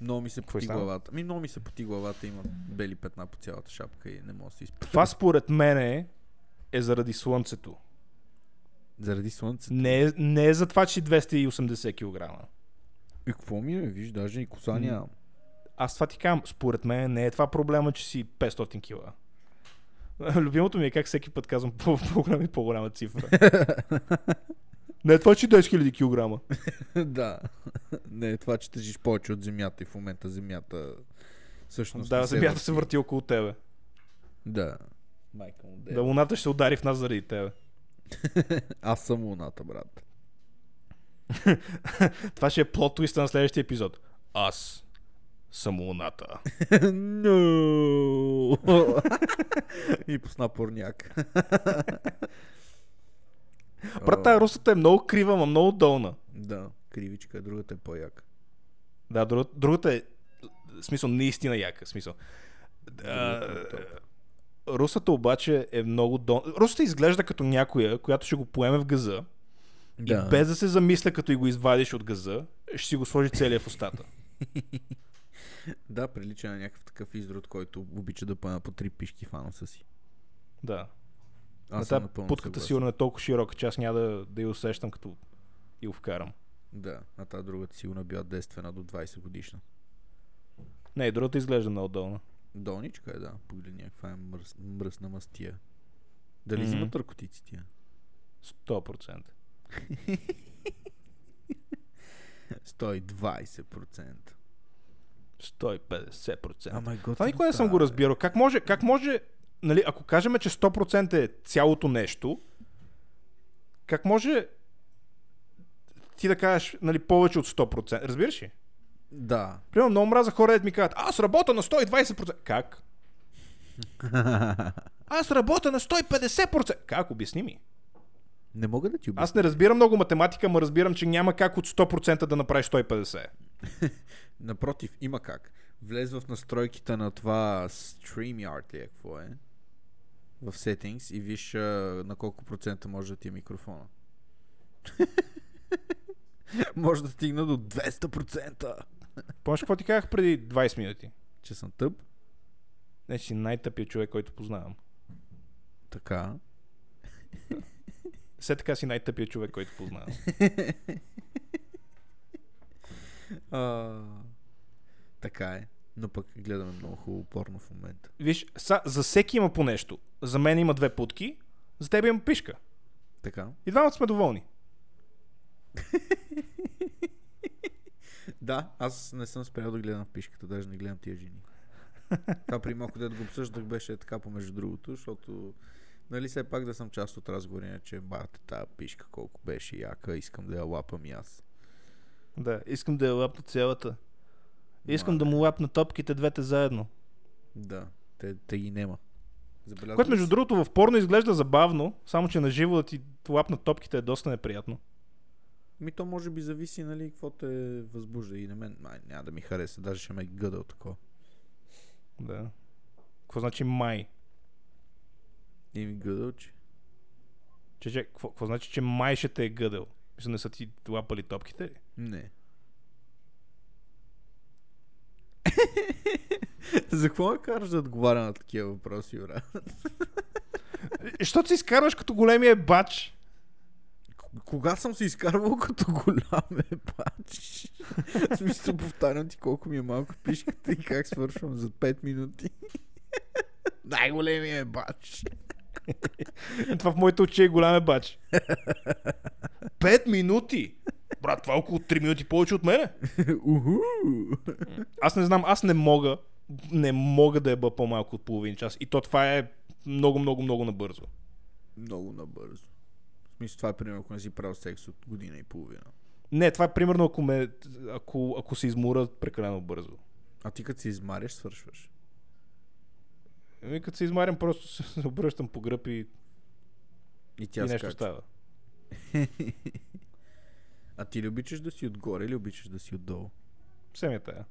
S2: Много ми се
S1: Какво
S2: поти
S1: стана?
S2: главата. Ми много ми се поти главата, има бели петна по цялата шапка и не мога да се изпитам.
S1: Това според мене е заради слънцето.
S2: Заради слънцето.
S1: Не е, не е за това, че си 280 кг.
S2: И какво ми е, виж, даже и коса
S1: М.
S2: нямам.
S1: Аз това ти казвам, според мен не е това проблема, че си 500 кила. Любимото ми е как всеки път казвам по- по-голяма и по-голяма цифра. не е това, че 10 000 кг.
S2: да. Не, е това, че тежиш повече от земята и в момента земята всъщност...
S1: Да,
S2: не се
S1: земята се върти около тебе.
S2: Да. Майка му да.
S1: Да, луната ще се удари в нас заради тебе.
S2: Аз съм луната, брат.
S1: Това ще е плод твиста на следващия епизод. Аз съм луната.
S2: no! и пусна порняк.
S1: Брат, тая русата е много крива, но много долна.
S2: Да, кривичка, другата е по-яка.
S1: Да, друг, другата е... В смисъл, наистина яка. В смисъл. А,
S2: е
S1: русата обаче е много долна. Русата изглежда като някоя, която ще го поеме в газа,
S2: Да.
S1: без да се замисля, като и го извадиш от газа, ще си го сложи целия в устата.
S2: да, прилича на някакъв такъв изрод, който обича да пъна по три пишки в ануса си.
S1: Да. Аз
S2: Аз съм
S1: тази
S2: напълно
S1: путката
S2: съгласен.
S1: сигурно е толкова широка, че аз няма да, да я усещам като я вкарам.
S2: Да, а тази другата сигурно е била действена до 20 годишна.
S1: Не, и другата изглежда много долна.
S2: Долничка е, да. Погледни, каква е мръс, мръсна мастия. Дали
S1: Мгм.
S2: взимат наркотици тия?
S1: 100%.
S2: 120%.
S1: 150%.
S2: Ама е
S1: Това никога не съм го разбирал. Как може, как може нали, ако кажем, че 100% е цялото нещо, как може ти да кажеш нали, повече от 100%? Разбираш ли?
S2: Да.
S1: Примерно много мраза хора, дето ми казват, аз работя на 120%. Как? Аз работя на 150%. Как? Обясни ми.
S4: Не мога да ти обясня.
S1: Аз не разбирам много математика, но разбирам, че няма как от 100% да направиш 150.
S2: Напротив, има как. Влез в настройките на това StreamYard ли е, какво е? В Settings и виж а, на колко процента може да ти е микрофона. може да стигна до 200%.
S1: Помниш какво ти казах преди 20 минути?
S2: Че съм тъп.
S1: Не, че си най-тъпия човек, който познавам.
S2: Така.
S1: Все така си най-тъпия човек, който познавам.
S2: А, така е. Но пък гледаме много хубаво порно в момента.
S1: Виж, са, за всеки има по нещо. За мен има две путки, за теб има пишка.
S2: Така.
S1: И двамата сме доволни.
S2: Да, аз не съм спрял да гледам пишката, даже не гледам тия жени. Това при малко дед го обсъждах беше така помежду другото, защото нали все пак да съм част от разговора, иначе бате тази пишка колко беше яка, искам да я лапам и аз.
S1: Да, искам да я лапна цялата. Искам
S2: Мале.
S1: да му лапна топките двете заедно.
S2: Да, те, те ги нема. Забелязвам.
S1: Което между другото в порно изглежда забавно, само че на живо да ти лапна топките е доста неприятно.
S2: Ми то може би зависи, нали, какво те възбужда и на мен. Май, няма да ми хареса, даже ще ме гъда от такова.
S1: Да. Какво значи май?
S2: И ми е гъдал, че.
S1: Че, че, какво, какво значи, че май ще те е гъдел? Мисля, не са ти лапали топките ли?
S2: Не. За какво ме караш да отговаря на такива въпроси, бра?
S1: Е, Що се изкарваш като големия бач?
S2: К- Кога съм се изкарвал като голям е пач? В смисъл, повтарям ти колко ми е малко пишката и как свършвам за 5 минути. Най-големия е бач.
S1: Това в моите очи е голям е бач. Пет минути? Брат, това е около 3 минути повече от мене.
S2: Уху!
S1: Аз не знам, аз не мога, не мога да е бъ по-малко от половин час. И то това е много, много, много набързо.
S2: Много набързо. В смисъл, това е примерно, ако не си правил секс от година и половина.
S1: Не, това е примерно ако, ме, ако, ако се измура прекалено бързо.
S2: А ти като се измаряш, свършваш.
S1: Ами като се измарям, просто се обръщам по гръб и,
S2: И
S1: и
S2: тя
S1: нещо
S2: скача.
S1: става.
S2: А ти ли обичаш да си отгоре или обичаш да си отдолу?
S1: Все ми е тая.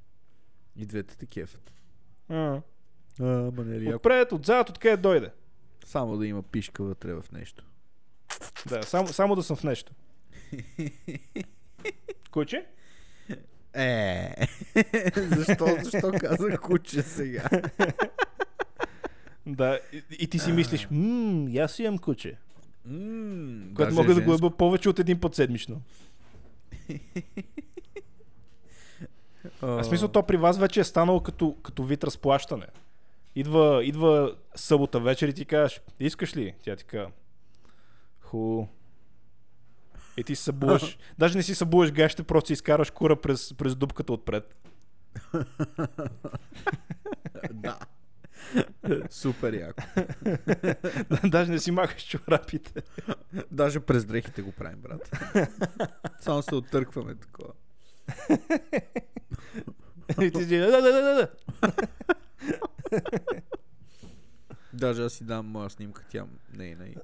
S2: И двете те кефят.
S1: А. е
S2: А, ма не ли, ако...
S1: Отпред, отзад, откъде дойде.
S2: Само да има пишка вътре в нещо.
S1: Да, само, само да съм в нещо. Куче?
S2: Е, защо, защо казах куче сега?
S1: Да, и, и ти си мислиш, ммм, и аз имам куче.
S2: Ммм,
S1: Което мога да го еба повече от един път седмично. А в смисъл то при вас вече е станало като, като вид разплащане. Идва, идва събота вечер и ти кажеш, искаш ли? Тя ти казва, ху. И ти се събуваш. Даже не си събуваш гащите, просто си изкараш кура през, през дупката отпред.
S2: Да. Супер яко.
S1: Даже не си махаш чорапите.
S2: Даже през дрехите го правим, брат. Само се оттъркваме такова.
S1: И ти си, да, да, да, да, да.
S2: Даже аз си дам моя снимка, тя не е не.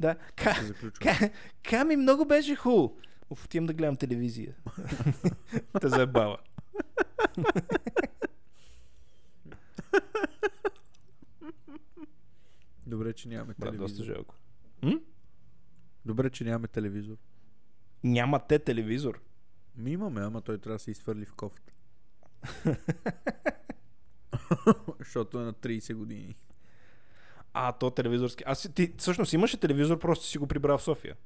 S1: Да. Ка,
S2: Се заключва.
S1: ка, ка ми много беше хубаво. Оф, отивам да гледам телевизия. Те заебава.
S2: Добре, че нямаме
S1: Брат, доста
S2: телевизор.
S1: жалко.
S2: Добре, че нямаме телевизор.
S1: Няма те телевизор.
S2: Ми имаме, ама той трябва да се изфърли в кофта. Защото е на 30 години.
S1: А, то телевизорски. Аз си- ти всъщност имаше телевизор, просто си го прибра в София.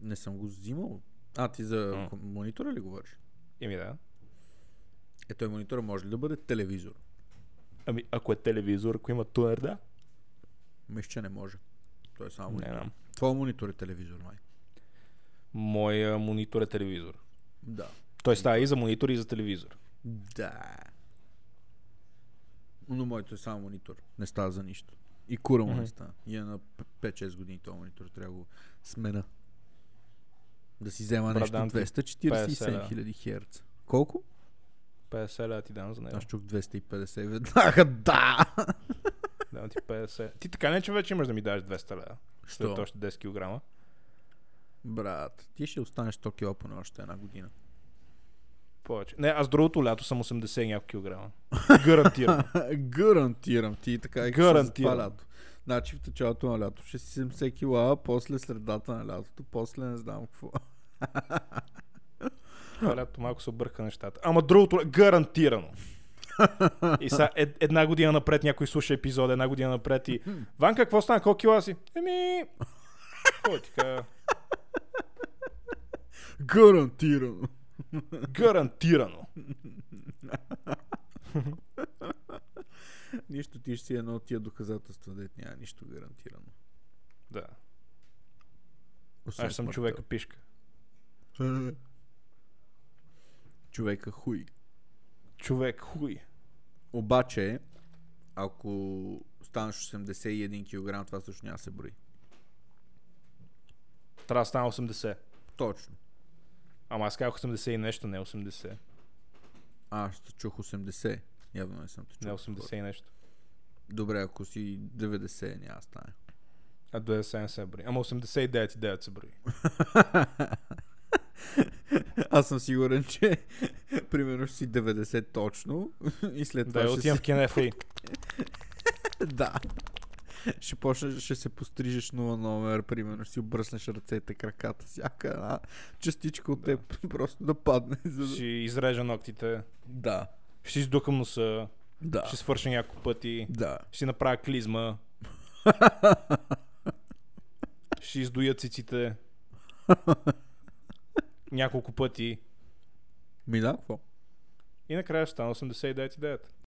S2: Не съм го взимал. А, ти за
S1: М.
S2: ком- монитора ли говориш?
S1: Еми да.
S2: Е, той монитора може ли да бъде телевизор?
S1: Ами, ако е телевизор, ако има тунер, да.
S2: Мисля, че не може. Той е само
S1: Не
S2: монитор.
S1: знам.
S2: Твоя монитор е телевизор, май.
S1: Моя монитор е телевизор.
S2: Да.
S1: Той става и за монитор, и за телевизор.
S2: Да. Но моето е само монитор. Не става за нищо. И кура му
S1: Мгм.
S2: не става. И е на п- 5-6 години този монитор. Трябва да го смена. Да си взема нещо
S1: Брадам ти 50
S2: 247
S1: лева.
S2: 000 херца. Колко?
S1: 50 ля ти дам за него.
S2: Аз чух 250 веднага. Да!
S1: Дам ти 50. Ти така не, че вече имаш да ми дадеш 200 ля. След
S2: Що?
S1: още 10 кг.
S2: Брат, ти ще останеш 100 кила поне още една година.
S1: Повече. Не, аз другото лято съм 80 и няколко килограма. Гарантирам.
S2: Гарантирам ти и така е, и
S1: Гарантирам.
S2: Гарантирам. лято. Значи в началото на лято ще си 70 кила, а после средата на лятото, после не знам какво.
S1: Това лято малко се обърка нещата. Ама другото лято, гарантирано. И сега е, една година напред някой слуша епизода, една година напред и Ванка, какво стана? Колко кила си? Еми... Кой така?
S2: Гарантирам.
S1: Гарантирано.
S2: Нищо ти ще си едно от тия доказателства, дет няма нищо гарантирано.
S1: Да.
S2: Освен
S1: Аз съм
S2: смъртта.
S1: човека пишка.
S2: човека хуй.
S1: Човек хуй.
S2: Обаче, ако станеш 81 кг, това също няма да се брои.
S1: Трябва да стана 80.
S2: Точно.
S1: Ама аз казах 80 и нещо, не 80.
S2: Аз те чух 80. Явно не съм те чул.
S1: Не 80 и нещо.
S2: Добре, ако си 90, няма да стане.
S1: А 90 не се брои. Ама 89 и 9 се брои.
S2: Аз съм сигурен, че примерно ще си 90 точно и след това
S1: Да,
S2: ще
S1: отивам
S2: си...
S1: в Кенефа и...
S2: Да. Ще почнеш, ще се пострижеш нова номер, примерно ще си обръснеш ръцете, краката, всяка една частичка от теб просто да падне. За... да-
S1: Ще изрежа ногтите.
S2: Да,
S1: Ще си издукам носа.
S2: да,
S1: Ще свърша няколко пъти.
S2: да.
S1: Ще си направя клизма. ще издуя циците. няколко пъти.
S2: Ми да, какво?
S1: И накрая ще стана 89,9.